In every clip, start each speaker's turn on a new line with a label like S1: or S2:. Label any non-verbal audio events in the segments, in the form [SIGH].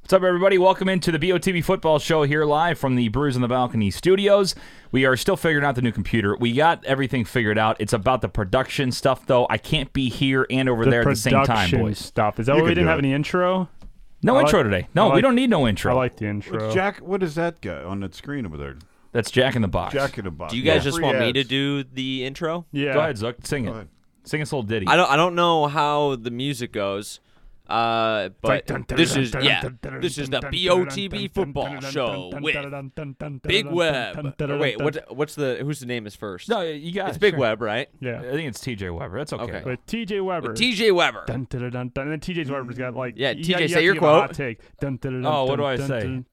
S1: What's up, everybody? Welcome into the BOTB Football Show here live from the Brewers on the Balcony studios. We are still figuring out the new computer. We got everything figured out. It's about the production stuff, though. I can't be here and over there at the same time,
S2: production
S1: boys.
S2: Stuff. Is that
S3: You
S2: why we
S3: could
S2: didn't
S3: do
S2: have
S3: it.
S2: any intro?
S1: No
S2: I like-
S1: intro today. No,
S2: I
S1: we
S2: like-
S1: don't need no intro.
S2: I like the intro.
S3: Jack, what is that guy on that screen over there?
S1: That's Jack in the Box.
S3: Jack in the box.
S4: Do you guys
S3: Yeah.
S4: just
S3: Free
S4: want me to
S3: ads.
S4: do the intro?
S2: yeah.
S1: Go ahead, Zuck. Sing it.
S3: ahead.
S1: Sing us a little ditty.
S4: I don't I don't know how the music goes. Uh, but
S2: Dun, dun,
S4: this
S2: dun,
S4: is
S2: dun,
S4: yeah,
S2: dun, dun,
S4: this is the
S2: dun, dun, dun,
S4: BOTB
S2: dun,
S4: football
S2: dun,
S4: show
S2: dun,
S4: with
S2: dun, dun, dun, dun, dun,
S4: Big
S2: dun,
S4: Web.
S2: dun, dun,
S4: Wait,
S2: dun,
S4: what what's the who's the name is first?
S1: No, you got
S4: it's
S1: it,
S4: Big
S1: sure.
S4: Web, right?
S1: I
S2: Yeah.
S1: think it's TJ Weber. That's okay.
S4: Okay.
S2: With TJ Weber.
S4: TJ Weber.
S2: Dun, dun, dun, dun, dun. And then TJ's Weber's got like.
S4: Yeah,
S2: you
S4: TJ,
S2: got- you
S4: say
S2: have to
S4: your
S2: give a hot
S4: quote.
S2: Take. Dun, dun, dun,
S1: Oh,
S2: dun,
S1: what do I
S2: dun,
S1: say?
S2: dun.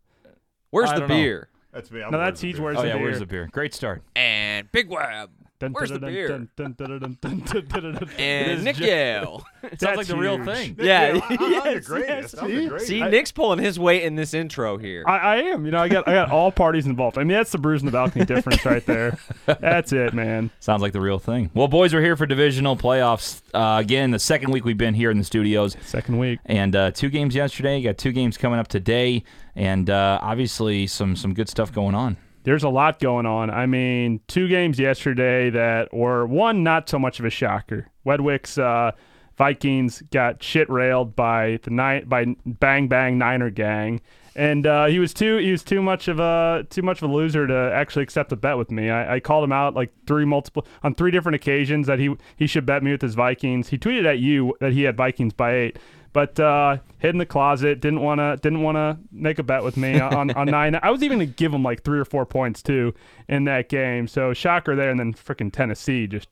S4: Where's
S1: I
S4: the
S1: don't know.
S4: beer?
S3: That's me. I'm
S2: No,
S3: wearing
S2: that's
S3: the
S2: He's [LAUGHS]
S3: beard.
S2: Where's
S1: Oh
S2: the
S1: yeah,
S2: beer?
S1: where's the beer? Great start.
S4: And Big Web.
S2: Dun,
S4: Where's
S2: dun,
S4: the
S2: dun,
S4: beer?
S2: dun, dun, dun, dun, dun, dun, dun, dun, dun.
S1: It is
S4: And Nick
S1: ju-
S2: [LAUGHS]
S4: Yale. [LAUGHS]
S1: Sounds like
S2: That's
S1: the real
S2: huge.
S1: thing.
S3: I-
S4: yeah. [LAUGHS]
S3: I'm the
S2: Yes,
S3: greatest.
S2: yes,
S3: I'm the
S2: see?
S3: greatest.
S4: See, Nick's pulling his weight in this intro here.
S2: I, I am, you know. I got, I got all parties involved. I mean, that's the bruise in the balcony difference right there. That's it, man.
S1: Sounds like the real thing. Well, boys, we're here for divisional playoffs. Uh, again, the second week we've been here in the studios.
S2: Second week.
S1: and uh, two games yesterday. You got two games coming up today, and uh, obviously some some good stuff going on.
S2: there's a lot going on. I mean, two games yesterday that were one not so much of a shocker. Wedwick's uh, Vikings got shit railed by the night by Bang Bang Niner gang, and uh, he was too he was too much of a too much of a loser to actually accept a bet with me. I, I called him out like three multiple on three different occasions that he he should bet me with his Vikings. He tweeted at you that he had Vikings by eight. But uh, hid in the closet, didn't wanna didn't wanna make a bet with
S4: [LAUGHS]
S2: me on, on nine. I was even gonna give him like three or four points too in that game. So shocker there, and then freaking Tennessee just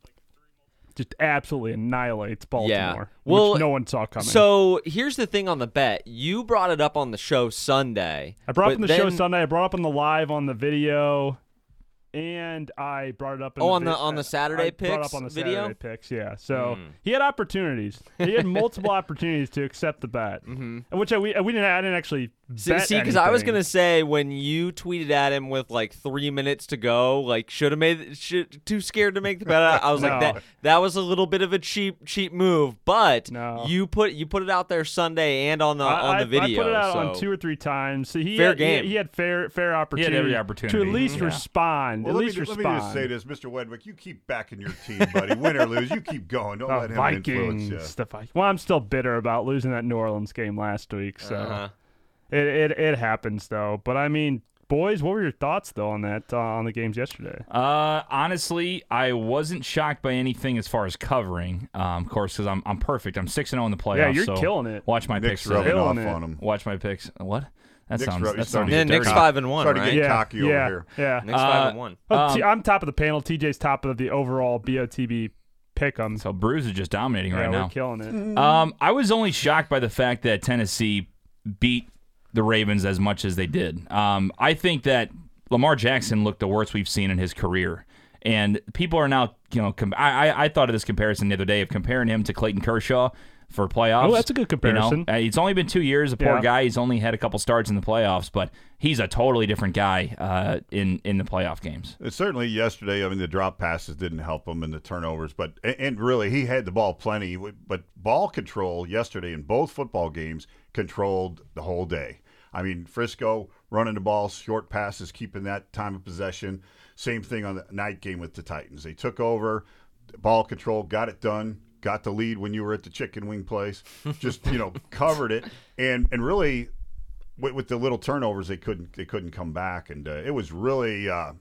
S2: just absolutely annihilates Baltimore,
S4: Well,
S2: which no one saw coming.
S4: so here's the thing on the bet. You brought it up on the show Sunday.
S2: I brought up
S4: but
S2: on the show
S4: then-
S2: Sunday. I brought up on the live on the video, and I brought it up. In
S4: Oh,
S2: the
S4: on the-
S2: vi- uh,
S4: on the
S2: I
S4: Saturday
S2: brought up
S4: picks
S2: on the
S4: video? Hmm.
S2: Saturday picks. Yeah, so he had opportunities. He had multiple
S4: [LAUGHS]
S2: opportunities to accept the bet, mm-hmm. which I, we, we didn't. I didn't actually
S4: See,
S2: bet
S4: see, because I was
S2: anything.
S4: gonna say when you tweeted at him with like three minutes to go, like should have made, should too scared to make the bet. I, I
S2: [LAUGHS]
S4: was
S2: No.
S4: like that. That was a little bit of a cheap, cheap move. But
S2: No.
S4: you put you put it out there Sunday and on the
S2: I-
S4: on
S2: I-
S4: the video.
S2: I put it out on
S4: so-
S2: two or three times. So he
S4: Fair
S2: had, he-
S4: game.
S2: He, had fair fair
S1: every
S2: opportunity. to
S1: opportunity,
S2: at least
S1: yeah.
S2: respond.
S3: Well,
S2: at
S3: let, me,
S2: least
S3: ju- let me
S2: respond.
S3: just say this, Mr. Wedwick, you keep backing your team, buddy. Win or lose, you keep going. Don't
S2: The
S3: let him
S2: Oh, Vikings,
S3: influence
S2: the Vikings. Well, I'm still bitter about losing that New Orleans game last week. So
S4: Uh-huh.
S2: it, it it happens though. But I mean, boys, what were your thoughts though on that uh, on the games yesterday?
S1: Uh, honestly, I wasn't shocked by anything as far as covering. Um, of course, because I'm I'm perfect. I'm six and zero in the playoffs.
S2: Yeah, you're
S1: so
S2: killing it.
S1: Watch my
S3: you. Nick's
S1: picks.
S3: rubbing
S1: Today.
S2: Killing
S3: off
S2: it.
S3: on him.
S1: Watch my picks. What? That
S3: Nick's
S1: sounts.
S3: rubbing-
S1: That sounds
S3: starting to
S4: Yeah,
S3: get
S4: Nick's
S3: cocky.
S4: five and one,
S3: Starting to
S4: right?
S3: get
S2: Yeah,
S3: cocky
S2: yeah,
S3: over here.
S2: yeah.
S4: Next five and
S1: Uh,
S4: one.
S2: Oh,
S1: Um,
S2: T- I'm top of the panel. TJ's top of the overall BOTB pick'em.
S1: So Bruce is just dominating
S2: yeah,
S1: right
S2: we're
S1: now.
S2: killing it.
S1: Um, I was only shocked by the fact that Tennessee beat the Ravens as much as they did. Um, I think that Lamar Jackson looked the worst we've seen in his career. And people are now, you know, com- I, I I thought of this comparison the other day of comparing him to Clayton Kershaw for playoffs.
S2: Oh, that's a good comparison.
S1: You know, uh, it's only been two years. The poor
S2: Yeah.
S1: guy, he's only had a couple starts in the playoffs, but he's a totally different guy uh, in in the playoff games.
S3: Uh, Certainly, yesterday, I mean, the drop passes didn't help him and the turnovers, but and- and really, he had the ball plenty. w- But ball control yesterday in both football games controlled the whole day. I mean, Frisco running the ball, short passes, keeping that time of possession. Same thing on the night game with the Titans. They took over, ball control, got it done, got the lead when you were at the chicken wing place. Just you know, [LAUGHS] covered it, and and really with, with the little turnovers, they couldn't they couldn't come back, and uh, it was really uh,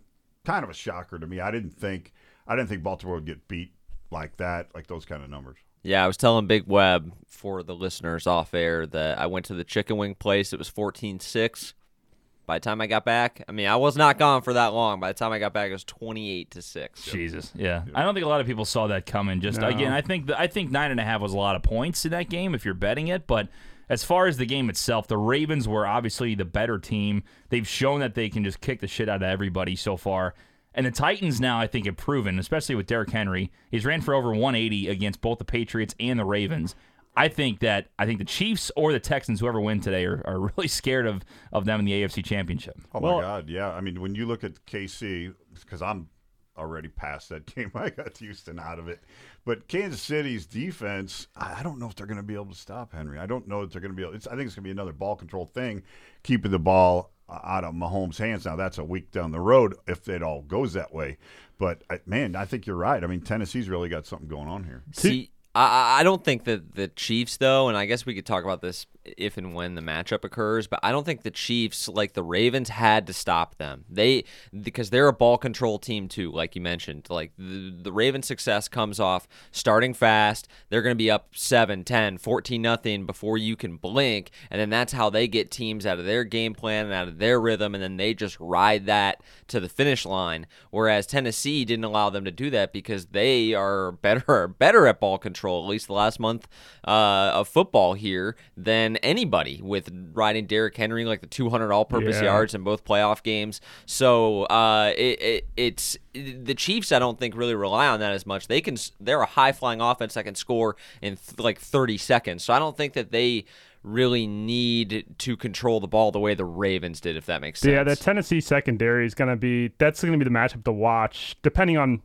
S3: kind of a shocker to me. I didn't think I didn't think Baltimore would get beat like that, like those kind of numbers.
S4: Yeah, I was telling Big Web for the listeners off air that I went to the chicken wing place. It was 14 6. By the time I got back, I mean, I was not gone for that long. By the time I got back, it was 28 to 6.
S1: Jesus, yeah. I don't think a lot of people saw that coming. Just
S2: No.
S1: again, I think the, I think nine and a half was a lot of points in that game if you're betting it. But as far as the game itself, the Ravens were obviously the better team. They've shown that they can just kick the shit out of everybody so far. And the Titans now, I think, have proven, especially with Derrick Henry, he's ran for over 180 against both the Patriots and the Ravens. I think that I think the Chiefs or the Texans, whoever win today, are, are [LAUGHS] really scared of of them in the AFC Championship.
S3: Oh
S2: Well-
S3: my God, yeah. I mean, when you look at KC, because I'm already past that [LAUGHS] game. I got Houston out of it. But Kansas City's defense, I I don't know if they're going to be able to stop Henry. I don't know if they're going to be able. It's, I think it's going to be another ball control thing, keeping the ball uh, out of Mahomes' hands. Now that's a week down the road if it all goes that way. But I, man, I think you're right. I mean, Tennessee's really got something going on here.
S4: See, I, I- I don't think that the Chiefs, though, and I guess we could talk about this if and when the matchup occurs, but I don't think the Chiefs, like the Ravens, had to stop them. They because they're a ball control team too, like you mentioned. Like the, the Ravens' success comes off starting fast. They're going to be up 7, 10, 14 nothing before you can blink, and then that's how they get teams out of their game plan and out of their rhythm, and then they just ride that to the finish line. Whereas Tennessee didn't allow them to do that because they are better [LAUGHS] better at ball control, at least the last month uh, of football here, than anybody with riding Derrick Henry like the 200 all-purpose
S2: Yeah.
S4: yards in both playoff games. So uh, it, it it's the Chiefs. I don't think really rely on that as much. They can s- they're a high-flying offense that can score in th- like 30 seconds. So I don't think that they really need to control the ball the way the Ravens did. If that makes sense.
S2: Yeah, that Tennessee secondary is going to be that's going to be the matchup to watch, depending on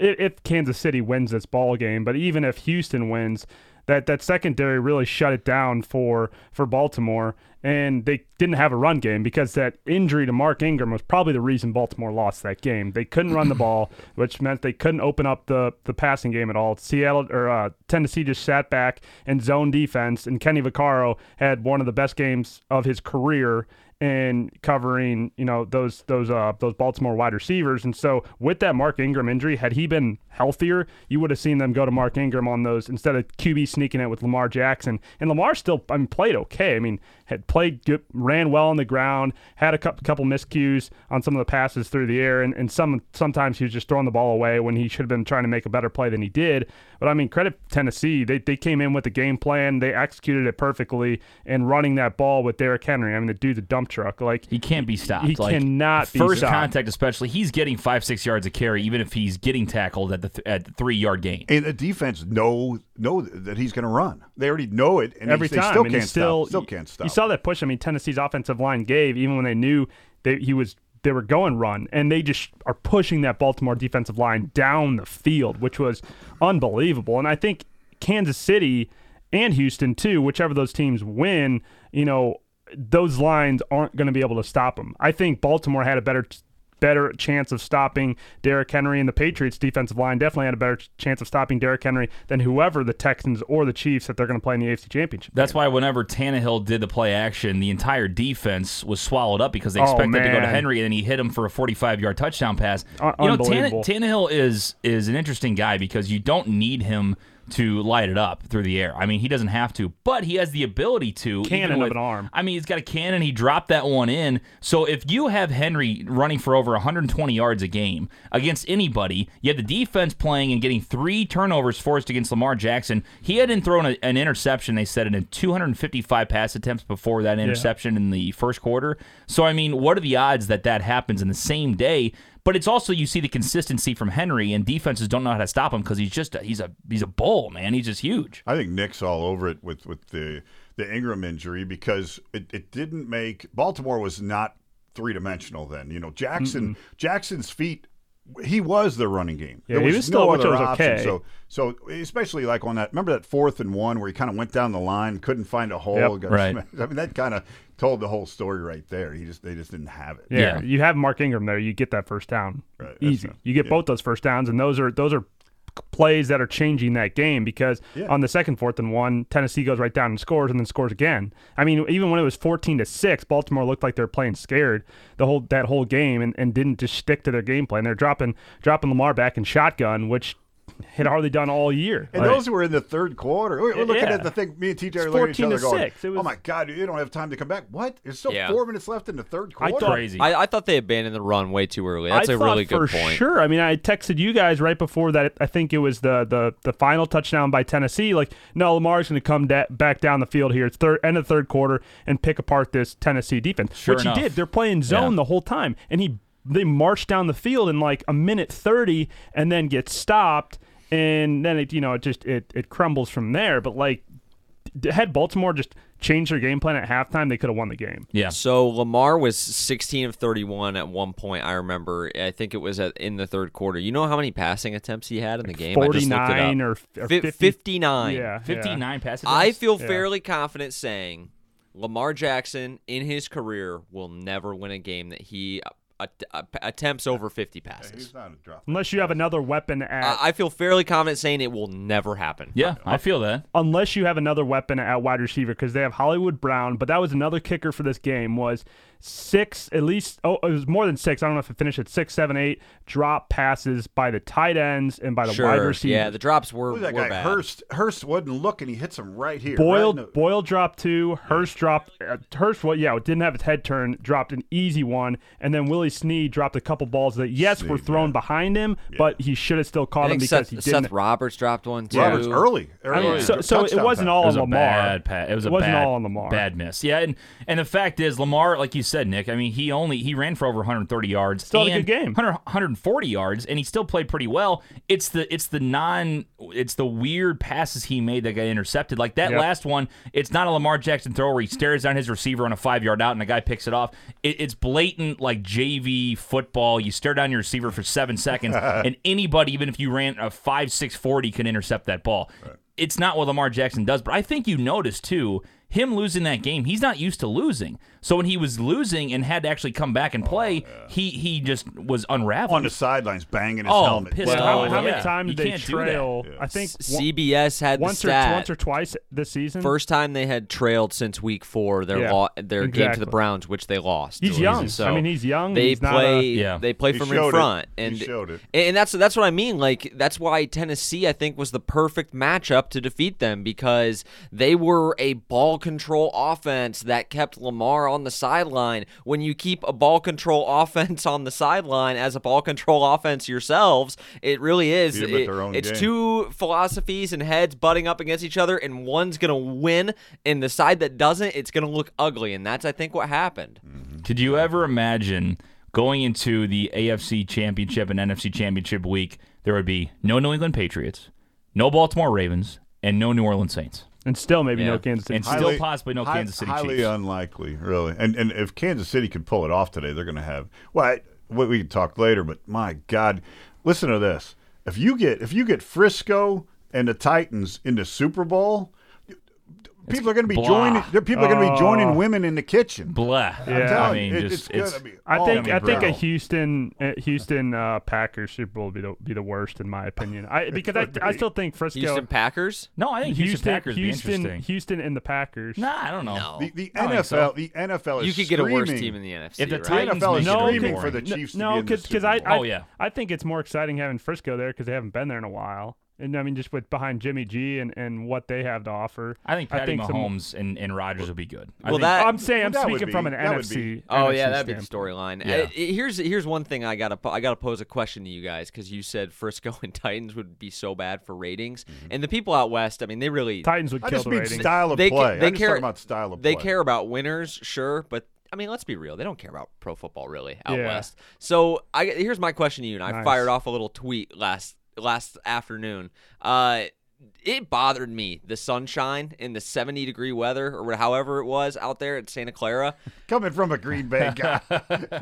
S2: if, if Kansas City wins this ball game. But even if Houston wins, that that secondary really shut it down for for Baltimore, and they didn't have a run game because that injury to Mark Ingram was probably the reason Baltimore lost that game. They couldn't run the ball, which meant they couldn't open up the the passing game at all. Seattle or uh, Tennessee just sat back and zone defense, and Kenny Vaccaro had one of the best games of his career and covering you know those those uh those Baltimore wide receivers and so with that Mark Ingram injury had he been healthier you would have seen them go to Mark Ingram on those instead of QB sneaking it with Lamar Jackson and Lamar still I mean played okay I mean had played good, ran well on the ground had a couple couple miscues on some of the passes through the air and, and some sometimes he was just throwing the ball away when he should have been trying to make a better play than he did but I mean credit Tennessee they they came in with a game plan they executed it perfectly and running that ball with Derrick Henry I mean the dude's a dump truck like
S1: He can't be stopped.
S2: He
S1: like,
S2: cannot be
S1: first
S2: stopped.
S1: contact, especially. He's getting five, six yards of carry, even if he's getting tackled at the th- at the three yard gain.
S3: And the defense know know that he's going to run. They already know it, and
S2: every
S3: they,
S2: time.
S3: they still
S2: and
S3: can't
S2: he still,
S3: stop. Still
S2: you-
S3: can't
S2: You
S3: stop.
S2: saw that push. I mean, Tennessee's offensive line gave even when they knew they, he was they were going run, and they just are pushing that Baltimore defensive line down the field, which was unbelievable. And I think Kansas City and Houston too, whichever those teams win, you know, those lines aren't going to be able to stop them. I think Baltimore had a better. t- Better chance of stopping Derrick Henry and the Patriots defensive line definitely had a better ch- chance of stopping Derrick Henry than whoever the Texans or the Chiefs that they're going to play in the AFC Championship.
S1: That's why whenever Tannehill did the play action, the entire defense was swallowed up because they
S2: Oh,
S1: expected to go to
S2: man.
S1: Henry, and then he hit him for a 45-yard touchdown pass.
S2: Un-
S1: you know, Tanne-
S2: unbelievable.
S1: Tannehill is is an interesting guy because you don't need him to light it up through the air. I mean, he doesn't have to, but he has the ability to. even
S2: Cannon of
S1: with-
S2: an arm.
S1: I mean, he's got a cannon. He dropped that one in. So if you have Henry running for over 120 yards a game against anybody, you have the defense playing and getting three turnovers forced against Lamar Jackson. He hadn't thrown a, an interception. They said in 255 pass attempts before that interception in the first quarter. So I mean, what are the odds that that happens in the same day? But it's also you see the consistency from Henry, and defenses don't know how to stop him because he's just a, he's a he's a bull man. He's just huge.
S3: I think Nick's all over it with, with the the Ingram injury because it, it didn't make Baltimore was not three dimensional then. You know, Jackson Jackson's feet he was their running game.
S2: Yeah,
S3: there
S2: he
S3: was,
S2: was
S3: no
S2: still- which
S3: other
S2: was
S3: option.
S2: okay.
S3: So so especially like on that remember that fourth and one where he kind of went down the line, couldn't find a hole.
S2: Yep.
S3: got
S1: Right.
S3: smashed. I mean that kind of told the whole story right there. He just they just didn't have it.
S2: Yeah,
S1: Yeah.
S2: you have Mark Ingram there. You get that first down
S3: Right, that's
S2: easy.
S3: not-
S2: you get
S3: yeah.
S2: both those first downs, and those are those are plays that are changing that game because
S3: Yeah.
S2: on the second fourth and one, Tennessee goes right down and scores, and then scores again. I mean, even when it was fourteen to six, Baltimore looked like they were playing scared the whole that whole game, and, and didn't just stick to their game plan. They're dropping dropping Lamar back in shotgun, which had hardly done all year.
S3: And
S2: Like,
S3: those were in the third quarter. We're, we're looking
S2: Yeah.
S3: at the thing. Me and TJ are
S2: It's
S3: looking at each
S2: 14 to
S3: other going,
S2: six. It was-
S3: "Oh my God, you don't have time to come back." What? There's still
S4: Yeah.
S3: four minutes left in the third
S2: I
S3: quarter.
S2: thought-
S1: Crazy.
S4: I, I thought they abandoned the run way too early. That's
S2: I
S4: a
S2: thought
S4: really good
S2: for
S4: point.
S2: Sure. I mean, I texted you guys right before that. I think it was the the, the final touchdown by Tennessee. Like, no, Lamar's going to come da- back down the field here. It's third end of the third quarter and pick apart this Tennessee defense,
S1: Sure
S2: which
S1: enough.
S2: he did. They're playing zone
S1: Yeah.
S2: the whole time, and he they marched down the field in like a minute thirty, and then get stopped, and then it you know it just it it crumbles from there. But like, d- had Baltimore just changed their game plan at halftime, they could have won the game.
S1: Yeah.
S4: So Lamar was 16 of 31 at one point. I remember. I think it was at, in the third quarter. You know how many passing attempts he had in the game? I
S2: 49
S4: just
S2: or, or
S4: looked it up. Fi-
S2: 50.
S4: 59.
S2: Yeah.
S1: 59 passes.
S4: I feel
S2: Yeah.
S4: fairly confident saying Lamar Jackson in his career will never win a game that he uh, att- uh, attempts over 50 passes.
S3: He's not a drop.
S2: Unless you have another weapon at
S4: I I feel fairly confident saying it will never happen.
S1: Yeah, I feel that.
S2: unless you have another weapon at wide receiver because they have Hollywood Brown. But that was another kicker for this game was six at least. Oh, it was more than six. I don't know if it finished at six, seven, eight drop passes by the tight ends and by the wide
S4: Sure.
S2: receivers.
S4: Yeah, the drops were,
S3: Who's
S4: were
S3: that guy?
S4: bad.
S3: Hurst. Hurst wouldn't look, and he hits him right here.
S2: Boyle
S3: Right in the-
S2: Boyle dropped two. Hurst dropped uh, Hurst. What? yeah, didn't have his head turned. Dropped an easy one, and then Willie Snead dropped a couple balls that yes were thrown behind him, but he should have still
S4: I
S2: caught him
S4: think
S2: because
S4: Seth,
S2: he didn't.
S4: Seth Roberts dropped one too.
S3: Roberts early.
S2: I mean,
S3: early
S2: so, so it
S3: touchdown
S2: wasn't
S3: pass.
S2: all
S1: It was
S2: on
S1: a
S2: Lamar.
S1: bad pass. It was a
S2: wasn't
S1: bad,
S2: all on Lamar.
S1: bad miss. Yeah, and and the fact is, Lamar, like you said, Nick. I mean, he only he ran for over 130 yards.
S2: Still had
S1: and
S2: a good game.
S1: 100 140 yards, and he still played pretty well. It's the it's the non it's the weird passes he made that got intercepted. Like that
S2: Yep.
S1: last one, it's not a Lamar Jackson throw where he stares down his receiver on a five yard out and the guy picks it off. It, it's blatant like JV football. You stare down your receiver for seven
S2: [LAUGHS]
S1: seconds, and anybody, even if you ran a five six forty, can intercept that ball. It's not what Lamar Jackson does, but I think you notice too him losing that game, he's not used to losing. So when he was losing and had to actually come back and play,
S3: Oh,
S1: he he just was unraveled.
S3: on the sidelines, banging his
S1: Oh,
S3: helmet.
S1: pissed
S2: Well,
S1: off.
S2: how,
S1: Oh,
S2: how
S1: yeah.
S2: many times
S1: You
S2: did they
S1: can't do that.
S2: trail? I think one-
S4: CBS had
S2: once
S4: the
S2: or
S4: stat.
S2: once or twice this season.
S4: First time they had trailed since week four their
S2: Yeah,
S4: lo- their game to the
S2: exactly.
S4: Browns, which they lost.
S2: He's
S4: to
S2: young.
S4: Louisa.
S2: I mean, he's young.
S4: They
S2: He's not
S4: play.
S2: a-
S1: Yeah.
S4: They play
S3: He
S4: from
S3: showed
S4: in
S3: it.
S4: front,
S3: He
S4: and
S3: showed it.
S4: and that's that's what I mean. Like that's why Tennessee, I think, was the perfect matchup to defeat them because they were a ball control offense that kept Lamar on the sideline. When you keep a ball control [LAUGHS] offense on the sideline as a ball control offense yourselves, it really is.
S3: Beat 'em at
S4: it-
S3: their own
S4: it's
S3: game.
S4: two two philosophies and heads butting up against each other, and one's gonna win, and the side that doesn't, it's gonna look ugly, and that's I think what happened.
S3: Mm-hmm.
S1: Did you ever imagine going into the AFC Championship and NFC Championship week, there would be no New England Patriots, no Baltimore Ravens, and no New Orleans Saints,
S2: and still maybe
S4: Yeah.
S2: no Kansas City.
S1: and still possibly no
S3: hi-
S1: Kansas City
S3: highly
S1: Chiefs?
S3: unlikely, really. And and if Kansas City could pull it off today, they're going to have. Well, I, we, we can talk later, but my God, listen to this. If you get if you get Frisco and the Titans in the Super Bowl, people are going to be
S1: blah. Oh.
S3: joining. People are going to be joining women in the kitchen.
S1: Blah.
S2: Yeah.
S1: I
S3: telling
S1: mean,
S3: you, it-
S1: just it's,
S3: it's gonna be
S2: I
S3: all
S2: think I
S3: gonna be
S2: think a
S3: brutal.
S2: Houston uh, Houston uh, Packers Super Bowl would be the, be the worst in my opinion. I because I, I still think Frisco
S4: Houston Packers.
S1: no. I think Houston,
S2: Houston
S1: Packers would be
S2: Houston,
S1: interesting.
S2: Houston and the Packers.
S1: nah, I don't know.
S4: No.
S3: The, the
S1: I don't think
S3: NFL,
S1: so.
S3: the NFL is
S4: You could get a worse
S3: screaming-
S4: team in the NFC.
S1: If the
S4: right?
S1: Titans-
S3: The NFL is
S1: No,
S3: screaming
S1: because-
S3: for the
S2: N-
S3: Chiefs
S2: No,
S3: to be in the Super
S2: I,
S3: Bowl.
S2: I
S1: Oh, yeah.
S2: I think it's more exciting having Frisco there because they haven't been there in a while. And I mean, just with behind Jimmy G and, and what they have to offer,
S1: I think Patty
S2: some-
S1: Mahomes and, and Rodgers would be good. I
S4: Well,
S1: think-
S4: Uh, that
S2: I'm saying I'm
S3: That would
S2: speaking
S3: be-
S2: from an
S3: that would
S2: NFC.
S3: be-
S4: Oh
S2: NFC
S4: yeah, that'd be the
S2: standpoint.
S4: storyline.
S1: Yeah.
S4: Uh, it- here's here's one thing I gotta po- I gotta pose a question to you guys because you said Frisco [LAUGHS] and Titans would be so bad for ratings, and the people out west. I mean, they really
S2: Mm-hmm. Titans would
S3: I
S2: kill
S3: just
S2: the
S3: mean
S2: ratings.
S3: style of
S4: they, ca-
S3: play.
S4: they
S3: I just
S4: care
S3: talk about style of
S4: They
S3: play.
S4: care about winners, sure, but I mean, let's be real. They don't care about pro football really out
S2: Yeah.
S4: west. So I here's my question to you, and I
S2: Nice.
S4: fired off a little tweet last last afternoon. Uh, it bothered me the sunshine and the 70 degree weather or however it was out there at Santa Clara.
S3: Coming from a Green Bay
S2: [LAUGHS]
S3: guy.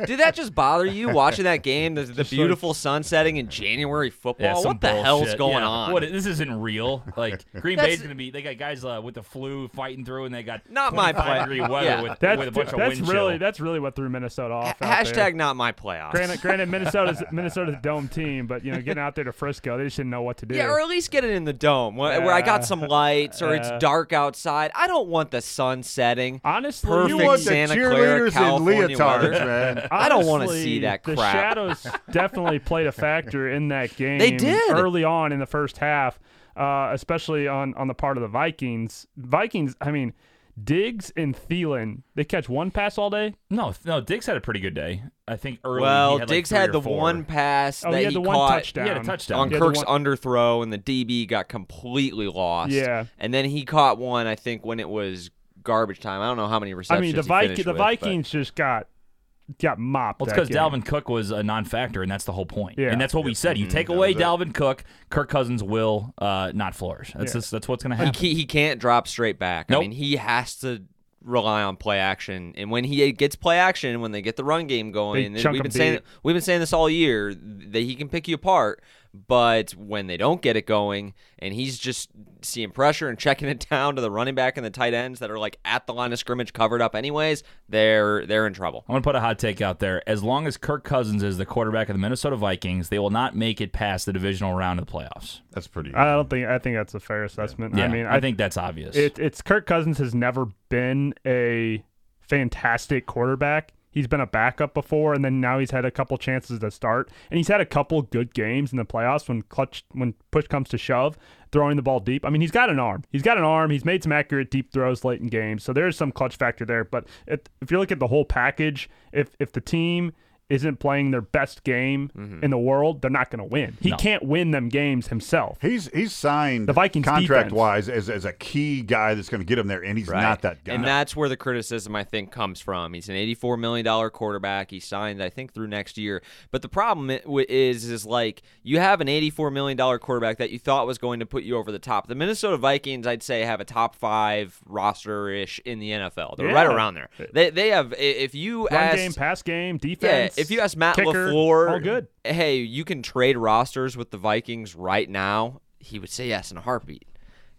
S4: Did that just bother you watching that game? The, the beautiful sun setting in January football.
S1: Yeah, some
S4: what the hell's
S1: bullshit.
S4: going
S1: Yeah.
S4: on?
S1: What, this isn't real. Like
S4: [LAUGHS]
S1: Green
S4: That's-
S1: Bay's gonna be. They got guys uh, with the flu fighting through, and they got
S4: Not my
S1: 25
S4: play.
S1: degree weather
S4: Yeah.
S1: with,
S2: That's
S1: with a bunch of
S2: that's
S1: wind
S2: really
S1: chill.
S2: that's really what threw Minnesota off. out there.
S4: Hashtag not my playoffs.
S2: Granted, granted, Minnesota's [LAUGHS] Minnesota's a dome team, but you know, getting out there to Frisco, they just didn't know what to do.
S4: Yeah, or at least get it in the dome where, where I got some lights or it's
S2: Yeah.
S4: dark outside. I don't want the sun setting.
S2: honestly,
S4: Perfect
S3: you want the
S4: Santa Clara,
S3: cheerleaders
S4: California
S3: in leotards,
S4: weather. [LAUGHS]
S3: man.
S4: I don't wanna see
S2: Honestly,
S4: that
S2: The
S4: crap. [LAUGHS]
S2: shadows definitely played a factor in that game.
S4: They did.
S2: early on in the first half, uh, especially on on the part of the Vikings. Vikings, I mean, Diggs and Thielen, they catch one pass all day.
S1: No, th- no. Diggs had a pretty good day. I think early.
S4: well,
S1: he had
S4: Diggs
S1: like three
S4: had
S1: or
S4: the
S1: four.
S4: one pass
S2: Oh,
S4: that
S2: he had the one
S4: caught
S2: touchdown.
S1: He had a touchdown.
S4: on
S2: Yeah, the
S4: Kirk's
S2: one-
S4: underthrow, and the DB got completely lost.
S2: Yeah.
S4: and then he caught one. I think when it was garbage time. I don't know how many
S2: I
S4: receptions.
S2: mean, the
S4: he
S2: Viking,
S4: finished
S2: the
S4: with, but-
S2: Vikings just got got mopped.
S1: Well, it's because
S2: that game.
S1: Dalvin Cook was a non-factor, and that's the whole point.
S2: Yeah.
S1: And that's what we said.
S4: Mm-hmm.
S1: You take
S3: that
S1: away
S3: was it.
S1: Dalvin Cook, Kirk Cousins will uh, not flourish. That's
S2: Yeah.
S1: just, that's what's going to
S4: He,
S1: happen.
S4: ca- he can't drop straight back.
S1: Nope.
S4: I mean, he has to rely on play action, and when he gets play action, when they get the run game
S2: They
S4: going, and
S2: chunk
S4: we've
S2: 'em
S4: been saying
S2: deep.
S4: we've been saying this all year that he can pick you apart. But when they don't get it going, and he's just seeing pressure and checking it down to the running back and the tight ends that are like at the line of scrimmage, covered up anyways, they're they're in trouble.
S1: I'm going to put a hot take out there. As long as Kirk Cousins is the quarterback of the Minnesota Vikings, they will not make it past the divisional round of the playoffs.
S3: That's pretty.
S2: I don't think I think that's a fair assessment.
S1: Yeah,
S2: I mean,
S1: I, think that's obvious.
S2: it, it's Kirk Cousins has never been a fantastic quarterback. He's been a backup before, and then now he's had a couple chances to start, and he's had a couple good games in the playoffs when clutch when push comes to shove, throwing the ball deep. I mean, he's got an arm. He's got an arm. He's made some accurate deep throws late in games, so there's some clutch factor there. But if, if you look at the whole package, if if the team isn't playing their best game in the world, they're not going to win. He
S1: No.
S2: can't win them games himself.
S3: He's he's signed
S2: The Vikings
S3: contract
S2: defense.
S3: wise as, as a key guy that's going to get him there, and he's
S4: Right.
S3: not that guy.
S4: And that's where the criticism I think comes from. He's an eighty-four million dollar quarterback. He signed, I think, through next year. But the problem i- wi- is, is like you have an eighty-four million dollar quarterback that you thought was going to put you over the top. The Minnesota Vikings, I'd say, have a top five roster ish in the NFL. They're right
S2: Yeah.
S4: around there. They they have. i- If you
S2: Run
S4: asked,
S2: game, pass game,
S4: yeah,
S2: defense.
S4: if you ask Matt
S2: kicker,
S4: Lafleur,
S2: all good.
S4: Hey, you can trade rosters with the Vikings right now. He would say yes in a heartbeat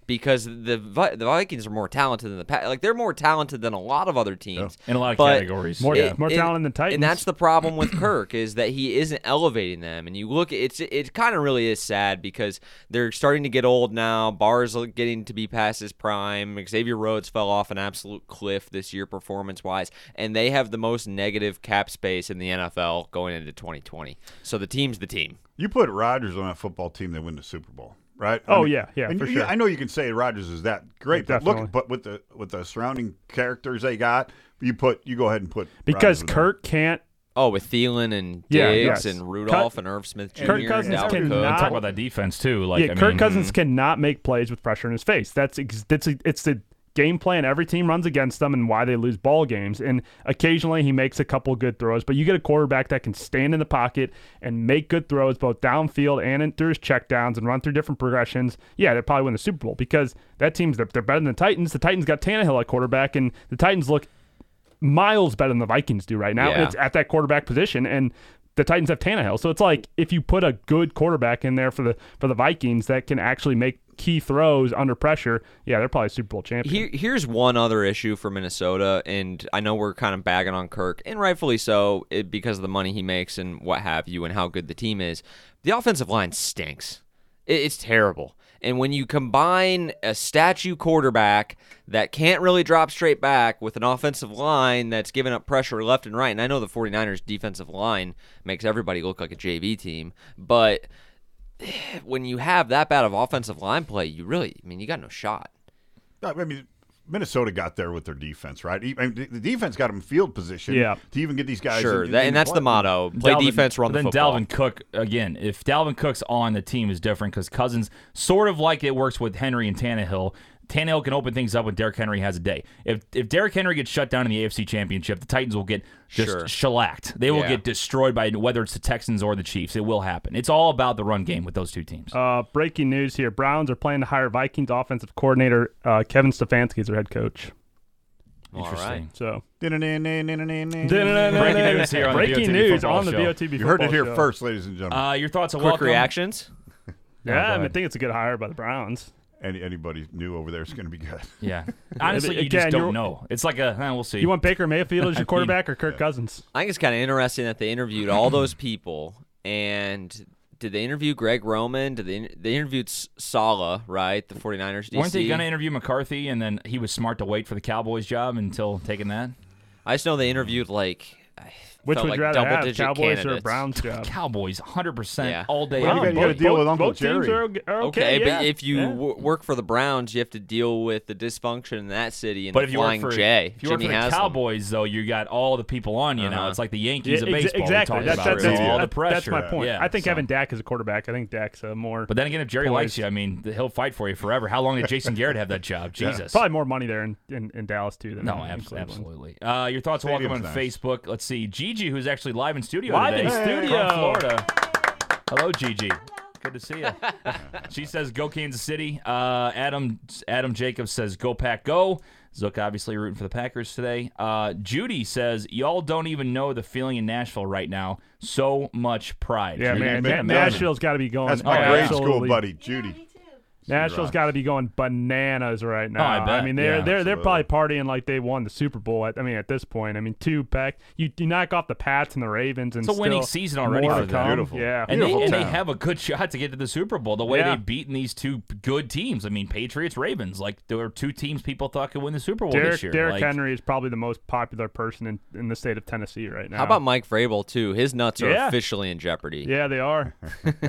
S4: because the Vi- the Vikings are more talented than the Pack. Like they're more talented than a lot of other teams
S1: Oh, in a lot of
S4: but-
S1: categories.
S2: More-
S1: yeah.
S2: more talented than Titans.
S4: And that's the problem with Kirk is that he isn't elevating them. And you look, it's it kind of really is sad because they're starting to get old now. Barr's getting to be past his prime. Xavier Rhodes fell off an absolute cliff this year performance wise, and they have the most negative cap space in the NFL going into 2020. So the team's the team.
S3: you put Rodgers on a football team, they win the Super Bowl, right?
S2: Oh, yeah, yeah,
S3: and
S2: for
S3: you-
S2: sure.
S3: I know you can say Rodgers is that great, but
S2: Definitely.
S3: look, but with the with the surrounding characters they got, you put you go ahead and put
S2: because
S3: Rodgers in there.
S2: Kirk can't.
S4: Oh, with Thielen and
S2: Yeah,
S4: Diggs
S2: yes.
S4: and Rudolph
S2: Cut-
S4: and Irv Smith Jr.
S2: Kirk
S4: and
S2: Cousins
S4: Dalvin
S2: cannot-
S4: Cook.
S1: Let's talk about that defense too. Like,
S2: yeah,
S1: I
S2: Kirk
S1: mean, mm-hmm.
S2: Cousins cannot make plays with pressure in his face. That's ex- that's a, it's the game plan every team runs against them and why they lose ball games. And occasionally he makes a couple good throws, but you get a quarterback that can stand in the pocket and make good throws both downfield and in, through his checkdowns and run through different progressions. Yeah, they probably win the Super Bowl because that team's they're, they're better than the Titans. The Titans got Tannehill at quarterback, and the Titans look miles better than the Vikings do right now.
S4: Yeah.
S2: It's at that quarterback position, and the Titans have Tannehill. So it's like if you put a good quarterback in there for the for the Vikings that can actually make key throws under pressure, yeah, they're probably a Super Bowl champion.
S4: Here, here's one other issue for Minnesota, and I know we're kind of bagging on Kirk, and rightfully so, it, because of the money he makes and what have you, and how good the team is. The offensive line stinks. It, it's terrible. And when you combine a statue quarterback that can't really drop straight back with an offensive line that's giving up pressure left and right, and I know the 49ers defensive line makes everybody look like a JV team, but [SIGHS] when you have that bad of offensive line play, you really, I mean, you got no shot.
S3: I mean, Minnesota got there with their defense, right? E- I mean, the- the defense got them field position
S2: Yeah.
S3: to even get these guys.
S4: Sure,
S3: in-
S4: that,
S3: in
S4: and that's the
S3: play.
S4: motto: play
S1: Dalvin-
S4: defense, run
S1: but
S4: the
S1: then
S4: football.
S1: Dalvin Cook again. If Dalvin Cook's on the team is different because Cousins sort of like it works with Henry and Tannehill. Tannehill can open things up when Derrick Henry has a day. If if Derrick Henry gets shut down in the AFC Championship, the Titans will get just
S4: Sure.
S1: shellacked. They will
S4: Yeah.
S1: get destroyed by whether it's the Texans or the Chiefs. It will happen. It's all about the run game with those two teams.
S2: Uh, breaking news here: Browns are planning to hire Vikings offensive coordinator uh, Kevin Stefanski as their head coach.
S1: Interesting.
S2: So
S3: You
S1: Breaking news here on the
S2: breaking
S1: BOTB
S2: news
S1: football
S2: on the
S1: show.
S2: BOTB.
S3: heard it
S2: football
S3: here
S2: show.
S3: first, ladies and gentlemen.
S1: Uh, your thoughts on
S4: Quick
S1: welcome.
S4: reactions.
S1: go
S2: Yeah, I, mean, I
S1: ahead.
S2: think it's a good hire by the Browns.
S3: Any, anybody new over there is going to be good.
S1: [LAUGHS] Yeah, honestly,
S2: but
S1: you just
S2: again,
S1: don't
S2: you're-
S1: know. It's like a eh, we'll see.
S2: You want Baker Mayfield as your quarterback or Kirk Cousins?
S4: I think it's kind of interesting that they
S1: [CLEARS THROAT]
S4: interviewed all those people, and did they interview Greg Roman? Did they they interviewed S- Sala, right? The 49ers DC.
S1: Weren't they going to interview McCarthy and then he was smart to wait for the Cowboys job until taking that?
S4: I just know they interviewed like. I
S2: Which
S4: felt
S2: would
S4: like
S2: you rather have,
S4: double-digit
S2: Cowboys or
S4: candidates.
S2: Browns job?
S1: Cowboys, 100%
S4: Yeah.
S1: all day.
S3: Well,
S1: every
S3: you
S1: day.
S3: gotta deal with Uncle
S2: both teams
S3: Jerry.
S2: are okay, are
S4: Okay,
S2: yeah,
S4: but if you
S2: yeah.
S4: w- work for the Browns, you have to deal with the dysfunction in that city and
S1: But
S4: the
S1: if you work
S4: flying
S1: for,
S4: J.
S1: if you work
S4: Jimmy
S1: for the
S4: Haslam.
S1: Cowboys, though, you got all the people on you now.
S4: Uh-huh.
S1: It's like the Yankees of
S2: exa-
S1: baseball. we
S2: exactly.
S1: talked
S2: That's,
S1: about.
S2: that's,
S1: It's
S2: that's,
S1: all the
S2: that-
S1: pressure.
S2: that's my point.
S1: Yeah,
S2: I think
S1: so.
S2: having Dak as a quarterback, I think Dak's a more
S1: But then again, if Jerry likes
S2: Poised.
S1: you, I mean, th- he'll fight for you forever. How long did Jason Garrett have that
S2: [LAUGHS]
S1: job? Jesus.
S2: probably more money there in, in, in Dallas too. Than
S1: No,
S2: in
S1: abs-
S2: Cleveland.
S1: absolutely. Uh, your thoughts are welcome on
S3: Stadium's nice.
S1: Facebook. Let's see. Gigi, who's actually live in studio
S2: Live
S1: today.
S2: in studio.
S1: from Florida. Hello, Gigi. Good to
S2: [LAUGHS]
S1: see you. she says, "Go Kansas City." Uh, Adam Adam Jacobs says, "Go Pack, go." Zook obviously rooting for the Packers today. Uh, Judy says, "Y'all don't even know the feeling in Nashville right now. So much pride."
S2: Yeah, man.
S3: make
S2: Na-
S3: it
S2: Nashville's got to be going.
S3: That's my
S1: Oh,
S3: grade
S2: absolutely-
S3: school buddy, Judy.
S2: Nashville's
S3: rocks.
S2: got to be going bananas right now.
S1: I bet.
S2: mean, they're
S1: Yeah,
S2: they're they're probably partying like they won the Super Bowl. At, I mean, at this point, I mean, two back. You, you knock off the Pats and the Ravens, and
S1: It's a winning
S2: still
S1: season already
S2: more
S1: for
S2: to
S1: them.
S2: come.
S3: Beautiful.
S2: Yeah,
S1: And they,
S3: Beautiful
S1: and they
S3: town.
S1: have a good [LAUGHS] shot to get to the Super Bowl. The way
S2: Yeah.
S1: they've beaten these two good teams. I mean, Patriots, Ravens. Like there were two teams people thought could win the Super Bowl
S2: Derek,
S1: this year.
S2: Derek
S1: Like,
S2: Henry is probably the most popular person in, in the state of Tennessee right now.
S4: How about Mike Vrabel too? His nuts are
S2: Yeah.
S4: officially in jeopardy.
S2: Yeah, they are.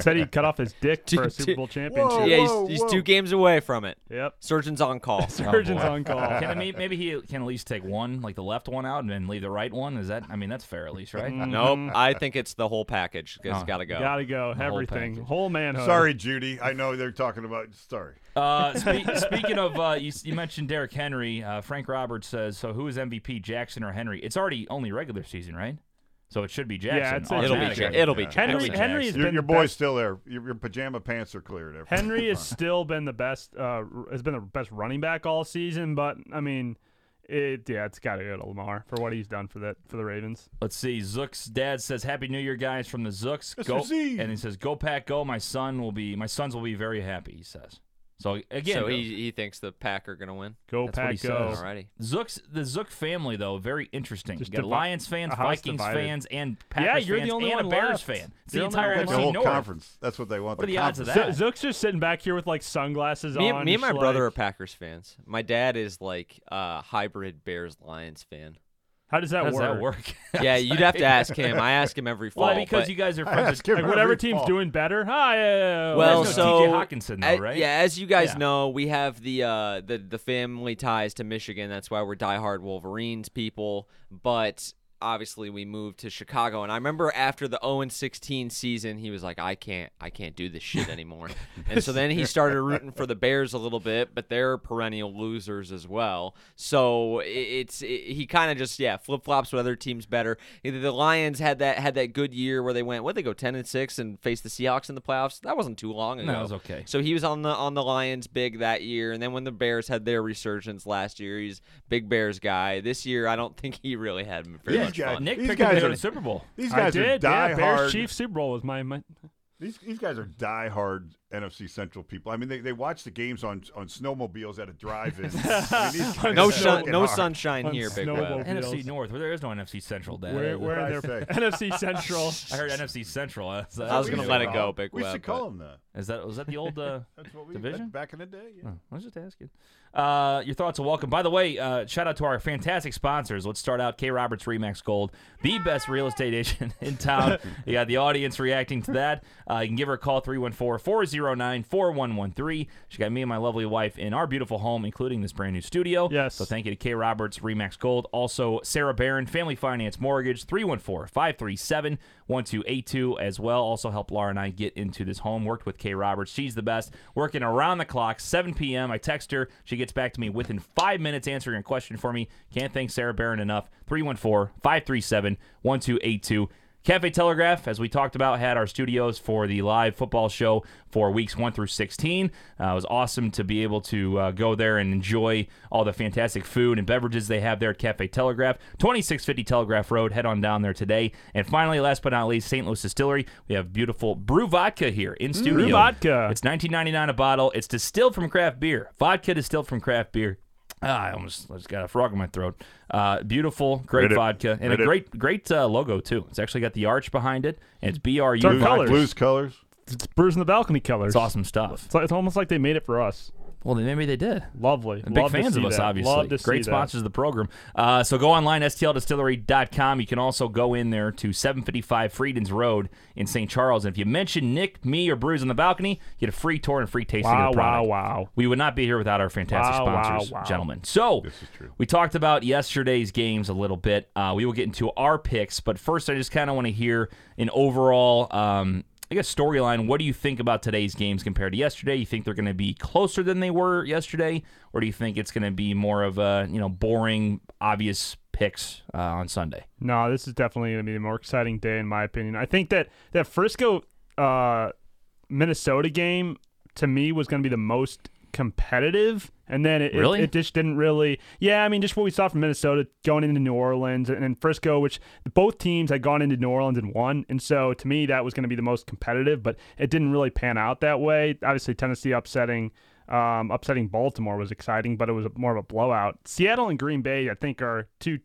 S2: Said
S3: [LAUGHS]
S2: he cut off his dick for a
S4: Dude,
S2: Super
S4: dude.
S2: Bowl
S3: Whoa.
S2: championship.
S4: Yeah, he's, Oh,
S3: whoa,
S4: he's
S3: whoa.
S4: two games away from it. [LAUGHS]
S2: Yep.
S4: Surgeon's
S2: [LAUGHS]
S4: on call.
S2: Surgeons on
S4: [LAUGHS]
S2: call.
S1: Can I mean, maybe he can at least take one, like the left one out, and then leave the right one? Is that? I mean, that's fair at least, right?
S4: nope, I think it's the whole package. It's got to
S2: [LAUGHS]
S4: go.
S2: Gotta go.
S1: whole
S2: Everything. Whole,
S1: package.
S2: manhood.
S3: Sorry, Judy. I know they're talking about. Sorry.
S1: Uh, spe- [LAUGHS] speaking of, uh, you, you mentioned Derek Henry. Uh, Frank Roberts says, "So who is MVP, Jackson or Henry? It's already only regular season, right? So it should be Jackson.
S2: it's- it's-
S4: It'll be.
S1: automatically.
S4: Ja- It'll be
S3: Yeah.
S2: Henry.
S4: Jackson.
S2: Henry has
S3: Your,
S2: been
S3: your
S2: the
S3: boy's
S2: best-
S3: still there. Your, your pajama pants are cleared. Everything.
S2: Henry
S3: [LAUGHS]
S2: has still been the best. Uh, r- has been the best running back all season. But I mean, it yeah, it's gotta go to Lamar for what he's done for that for the Ravens.
S1: Let's see. Zook's dad says, "Happy New Year, guys, from the Zooks." Go,
S3: Z.
S1: and he says, "Go pack, go. My son will be. My sons will be very happy." He says. So again,
S4: so he, he thinks the Pack are going to win.
S2: Go
S1: That's what he
S2: pack go.
S1: says.
S4: Alrighty.
S1: Zook's the Zook family though very interesting.
S2: Just
S1: you got
S2: divi-
S1: Lions fans,
S2: a house
S1: Vikings
S2: divided.
S1: fans, and Packers
S2: Yeah, you're the
S1: fans,
S2: only
S1: and
S2: one
S1: a Bears
S2: left.
S1: fan. It's
S2: You're
S1: the
S2: the only
S1: entire NFC
S2: one
S3: That's the whole
S1: North.
S3: conference. That's what they want.
S1: What are the odds of
S3: conference.
S2: So,
S1: that?
S2: Zook's just sitting back here with like sunglasses
S4: Me,
S2: on.
S4: me and my
S2: just
S4: brother are
S2: like-
S4: Packers fans. My dad is like a hybrid Bears Lions
S1: [LAUGHS]
S4: fan.
S2: How does that
S1: How does
S2: work?
S1: that work?
S4: [LAUGHS] Yeah, you'd have to ask him. I ask him every
S1: [LAUGHS]
S4: fall.
S1: well, because
S4: but-
S1: you guys are
S3: I
S1: friends.
S3: ask
S1: with-
S3: him
S2: Like whatever
S3: every
S2: team's
S3: fall.
S2: doing better. Hi. uh,
S4: well,
S1: there's
S4: so
S1: no TJ Hawkinson, though,
S4: a-
S1: right?
S4: yeah, as you guys
S1: Yeah.
S4: know, we have the uh, the the family ties to Michigan. That's why we're diehard Wolverines people. But obviously, we moved to Chicago, and I remember after the 0 16 season, he was like, "I can't, I can't do this
S1: [LAUGHS]
S4: shit anymore." and so then he started rooting for the Bears a little bit, but they're perennial losers as well. So i- it's i he kind of just yeah flip flops with other teams better. Either the Lions had that had that good year where they went what they go 10 and six and faced the Seahawks in the playoffs. That wasn't too long ago.
S1: it was okay.
S4: So he was on the on the Lions big that year, and then when the Bears had their resurgence last year, he's big Bears guy. This year, I don't think he really had very
S3: Yeah,
S4: much
S3: yeah.
S4: fun.
S1: Nick
S3: These
S1: picked
S3: guys
S1: him to go
S3: are-
S1: to the Super
S2: [LAUGHS]
S1: Bowl.
S3: These
S2: I
S3: guys
S2: did.
S3: are
S2: yeah,
S3: diehard.
S2: Bears Chiefs Super Bowl was my, my
S3: These these guys are diehard NFC Central people. I mean, they, they watch the games on on snowmobiles at a drive-in. I mean, these guys
S4: No
S3: are
S4: sun,
S3: fucking
S4: no
S3: hard.
S4: sunshine here, big
S2: Snowball.
S4: web.
S1: NFC
S2: Bills.
S1: North, where there is no NFC Central. Dad.
S2: where where
S3: I
S2: are their [LAUGHS]
S3: say.
S2: NFC
S3: [LAUGHS]
S2: Central.
S1: I heard NFC Central. [LAUGHS] Uh, so
S4: I was
S3: We
S4: gonna
S3: should
S4: let it
S3: call-
S4: go, Big
S3: We
S4: Web,
S3: should
S4: but-
S3: call them that.
S1: Is that was that the old
S2: [LAUGHS]
S1: uh,
S3: That's what we
S1: division?
S3: back in the day. Yeah.
S1: I was just asking. Uh, your thoughts and welcome. By the way, uh, shout out to our fantastic sponsors. Let's start out K Roberts Remax Gold, the best real estate agent [LAUGHS] in town. you got the audience reacting to that. Uh, you can give her a call 314 409 4113. She got me and my lovely wife in our beautiful home, including this brand new studio.
S2: Yes.
S1: So thank you to K Roberts Remax Gold. Also, Sarah Barron, Family Finance Mortgage, 314 537 1282 as well. Also, helped Laura and I get into this home. Worked with Kay Roberts. She's the best. Working around the clock, 7 p.m. I text her. She gets back to me within five minutes answering a question for me. Can't thank Sarah Barron enough. 314 537 1282. Cafe Telegraph, as we talked about, had our studios for the live football show for weeks 1 through 16. Uh, it was awesome to be able to uh, go there and enjoy all the fantastic food and beverages they have there at Cafe Telegraph. 2650 Telegraph Road, head on down there today. And finally, last but not least, St. Louis Distillery. We have beautiful brew vodka here in studio.
S2: vodka.
S1: It's 19.99 a bottle. It's distilled from craft beer. Vodka distilled from craft beer. Ah, I almost I just got a frog in my throat. Uh, beautiful, great
S3: Read it.
S1: vodka, and
S3: Read
S1: a
S3: it.
S1: great great uh, logo too. It's actually got the arch behind it, and it's BRU.
S2: our
S1: vodka.
S2: colors.
S3: Blues colors.
S2: It's Bruce and the Balcony Killers.
S1: It's awesome stuff.
S2: It's, like- it's almost like they made it for us.
S1: Well, then maybe they did.
S2: Lovely.
S1: And
S2: Love to
S1: big fans
S2: see
S1: of us,
S2: that.
S1: obviously.
S2: Love to see
S1: Great
S2: that.
S1: sponsors of the program. Uh, so go online, stldistillery.com. You can also go in there to 755 Freedens Road in St. Charles. And if you mention Nick, me, or Bruise on the balcony, you get a free tour and a free tasting
S2: Wow,
S1: of the
S2: wow,
S1: product.
S2: wow.
S1: We would not be here without our fantastic
S2: Wow, wow,
S1: sponsors,
S2: wow.
S1: gentlemen. So we talked about yesterday's games a little bit. Uh, we will get into our picks, but first, I just kind of want to hear an overall, um, I guess, storyline. What do you think about today's games compared to yesterday? You think they're going to be closer than they were yesterday, or do you think it's going to be more of a you know boring, obvious picks uh, on Sunday.
S2: No, this is definitely going to be the more exciting day in my opinion. I think that that Frisco uh, Minnesota game to me was going to be the most competitive, and then it, it-
S1: Really?
S2: it, just didn't really. Yeah, I mean, just what we saw from Minnesota going into New Orleans and, and Frisco, which both teams had gone into New Orleans and won, and so to me that was going to be the most competitive, but it didn't really pan out that way. Obviously, Tennessee upsetting. Um, upsetting Baltimore was exciting, but it was more of a blowout. Seattle and Green Bay, I think, are two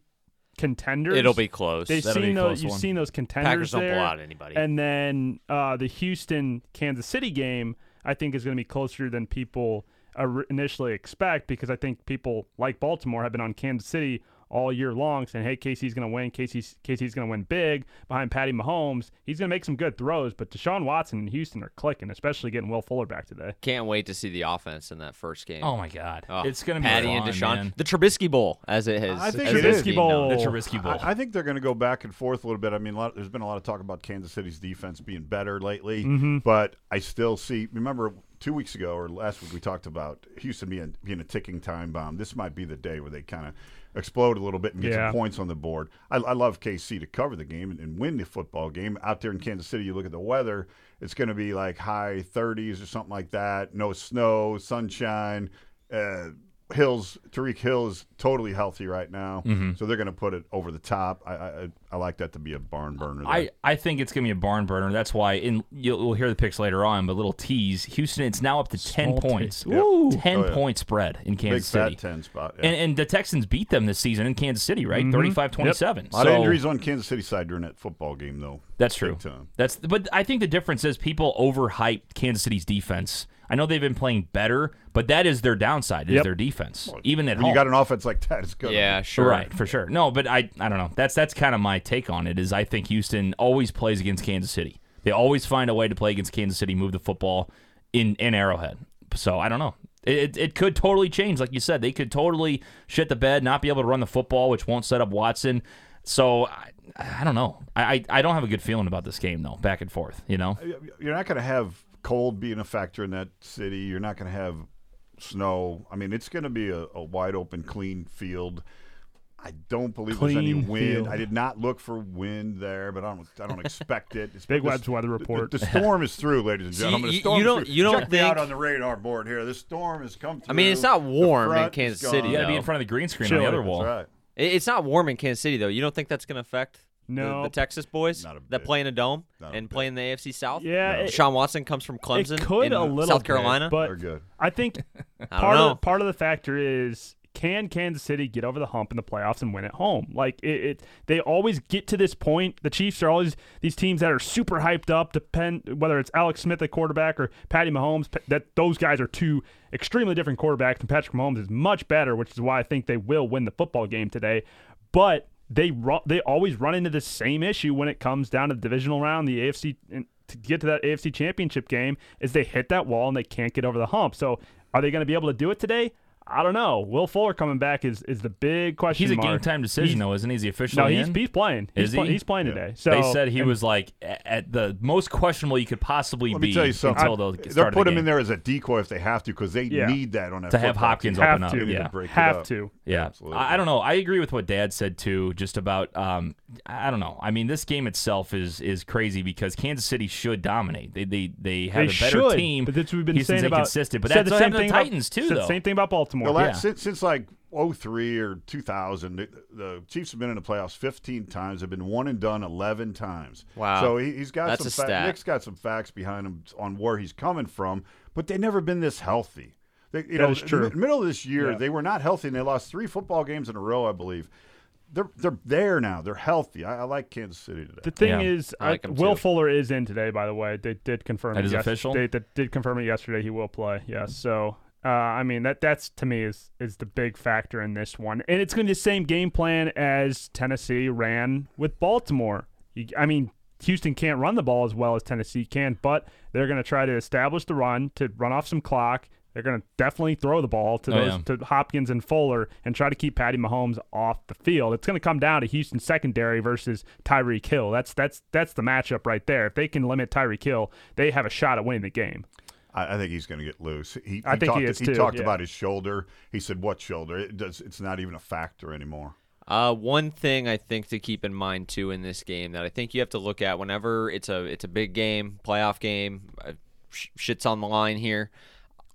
S2: contenders.
S5: It'll be close.
S2: They've
S1: That'll be
S2: seen
S1: a
S2: those.
S1: close
S2: You've
S1: one.
S2: seen those contenders
S5: Packers don't
S2: there.
S5: blow out anybody.
S2: And then uh, the Houston Kansas City game, I think, is going to be closer than people uh, initially expect because I think people like Baltimore have been on Kansas City all year long saying, hey, Casey's going to win. Casey's, Casey's going to win big behind Patty Mahomes. He's going to make some good throws, but Deshaun Watson and Houston are clicking, especially getting Will Fuller back today.
S4: Can't wait to see the offense in that first game.
S1: Oh my God,
S4: Oh,
S1: it's going to be
S4: Patty
S1: fun,
S4: and Deshaun.
S1: man.
S4: The Trubisky Bowl, as it is.
S3: I think
S4: as
S3: it
S4: it's
S3: is.
S2: Trubisky
S4: being
S2: Bowl.
S4: known.
S1: The Trubisky Bowl.
S3: I, I think they're going to go back and forth a little bit. I mean, a lot, there's been a lot of talk about Kansas City's defense being better lately,
S2: Mm-hmm.
S3: but I still see. Remember, two weeks ago or last week, we talked about Houston being being a ticking time bomb. This might be the day where they kind of explode a little bit and get
S2: Yeah.
S3: some points on the board. I, I love KC to cover the game and, and win the football game out there in Kansas City. You look at the weather; it's going to be like high 30s or something like that. No snow, sunshine. Uh, Hills, Tariq Hill is totally healthy right now,
S1: Mm-hmm.
S3: so they're going to put it over the top. I, I I- I like that to be a barn burner. there.
S1: I, I think it's going to be a barn burner. That's why, in you'll, we'll hear the picks later on, but little tease Houston, it's now up to 10 points. 10
S3: Oh, yeah.
S1: point spread in
S3: big
S1: Kansas City.
S3: fat ten spot. yeah.
S1: And, and the Texans beat them this season in Kansas City, right? 35 27.
S3: a lot of injuries on Kansas City side during that football game, though.
S1: That's true.
S3: Big time.
S1: That's but I think the difference is people overhyped Kansas City's defense. I know they've been playing better, but that is their downside is
S2: Yep.
S1: their defense, even at
S3: When
S1: home.
S3: you got an offense like that, it's good.
S4: Yeah, sure.
S1: Right, for sure. No, but I I don't know. That's that's kind of my take on it is I think Houston always plays against Kansas City. They always find a way to play against Kansas City, move the football in in Arrowhead. So I don't know. It, it, it could totally change, like you said. They could totally shit the bed, not be able to run the football, which won't set up Watson. So I, I don't know. I, I I don't have a good feeling about this game though. Back and forth, you know.
S3: You're not going to have cold being a factor in that city. You're not going to have snow. I mean, it's going to be a, a wide open, clean field. I don't believe there's any
S2: Clean
S3: wind.
S2: field.
S3: I did not look for wind there, but I don't. I don't expect it. It's
S2: Big
S3: this-
S2: Web's weather
S3: the-
S2: report.
S3: The, storm is through, ladies and
S4: So you-
S3: gentlemen. The
S4: you-
S3: storm
S4: you
S3: is
S4: don't-
S3: through.
S4: you don't
S3: Check me out
S4: think-
S3: on the radar board here. The storm has come through.
S4: I mean, it's not
S3: The
S4: warm in
S3: front is
S4: Kansas
S3: gone.
S4: City, though.
S1: You got to be in front of the green screen on the
S2: Sure.
S1: other
S2: That's
S1: wall.
S3: That's right.
S4: It- It's not warm in Kansas City though. You don't think that's going to affect the-
S2: No.
S4: the, Texas boys
S3: Not a
S4: that
S3: bit.
S4: play in a dome
S3: Not a
S4: and
S3: bit.
S4: play in the AFC South?
S2: Yeah, No. it-
S4: Sean Watson comes from Clemson.
S2: it could
S4: in
S2: a little
S4: South
S2: bit,
S4: Carolina.
S2: but
S3: They're good.
S2: I
S4: [LAUGHS]
S2: think
S4: I
S2: part
S4: don't know.
S2: of part of the factor is can Kansas City get over the hump in the playoffs and win at home? Like it, it they always get to this point. The Chiefs are always these teams that are super hyped up. Depend whether it's Alex Smith at quarterback or Patty Mahomes. p- That those guys are two extremely different quarterbacks, and Patrick Mahomes is much better, which is why I think they will win the football game today. But they run, they always run into the same issue when it comes down to the divisional round, the AFC, and to get to that AFC championship game is they hit that wall and they can't get over the hump. So are they going to be able to do it today? I don't know. Will Fuller coming back is is the big question.
S1: He's a game
S2: mark.
S1: time decision though, isn't he? Is he officially
S2: No, he's,
S1: in?
S2: he's playing. He's,
S1: Is
S2: play-
S1: he?
S2: he's playing today. So
S1: they said he was like a- at the most questionable you could possibly
S3: Let
S1: be
S3: me tell you something.
S1: until the start
S3: They'll
S1: of
S3: put
S1: the
S3: him in
S1: game.
S3: there as a decoy if they have to, because they
S2: Yeah.
S3: need that on that
S1: To have
S3: football
S1: Hopkins
S3: team.
S1: open
S2: have
S1: up,
S2: to.
S1: yeah.
S3: To break it
S2: have
S3: up.
S2: to.
S1: Yeah,
S3: Absolutely.
S1: I, I don't know. I agree with what Dad said too, just about. Um, I don't know. I mean, this game itself is is crazy because Kansas City should dominate. They they they have
S2: they
S1: a better
S2: should,
S1: team.
S2: But that's what we've been
S1: Houston's
S2: saying about
S1: inconsistent. But
S2: said
S1: that's
S2: the
S1: what
S2: same
S1: happened to
S2: thing
S1: the
S2: about-
S1: Tings too,
S2: said the
S1: though.
S2: Same thing about Baltimore.
S3: The last,
S1: Yeah.
S3: since, since like 03 or 2000, the, the Chiefs have been in the playoffs 15 times. Have been one and done 11 times.
S4: Wow.
S3: So he, he's got
S4: That's
S3: some
S4: a stat.
S3: Nick's got some facts behind him on where he's coming from, but they've never been this healthy. They, you know,
S2: is true.
S3: m- middle of this year,
S2: Yeah.
S3: they were not healthy, and they lost three football games in a row, I believe. They're they're there now. They're healthy. I, I like Kansas City today.
S2: The thing
S1: Yeah,
S2: is,
S4: I like
S2: I-
S4: him
S2: Will
S4: too.
S2: Fuller is in today. By the way, they did confirm
S1: That
S2: it
S1: is
S2: yes-
S1: official?
S2: They, they did confirm it yesterday. He will play. Yes. So, uh, I mean, that that's to me is is the big factor in this one, and it's going to be the same game plan as Tennessee ran with Baltimore. You, I mean. Houston can't run the ball as well as Tennessee can, but they're going to try to establish the run to run off some clock. They're going to definitely throw the ball to
S1: Oh,
S2: those
S1: yeah.
S2: to Hopkins and Fuller and try to keep Patty Mahomes off the field. It's going to come down to Houston secondary versus Tyreek Hill. That's that's that's the matchup right there. If they can limit Tyreek Hill, they have a shot at winning the game.
S3: I, I think he's going to get loose. He, he
S2: I think he
S3: talked,
S2: is too,
S3: talked
S2: yeah.
S3: about his shoulder. He said, "What shoulder? It does. It's not even a factor anymore."
S4: Uh, one thing I think to keep in mind too in this game that I think you have to look at whenever it's a it's a big game, playoff game, uh, sh- shit's on the line here.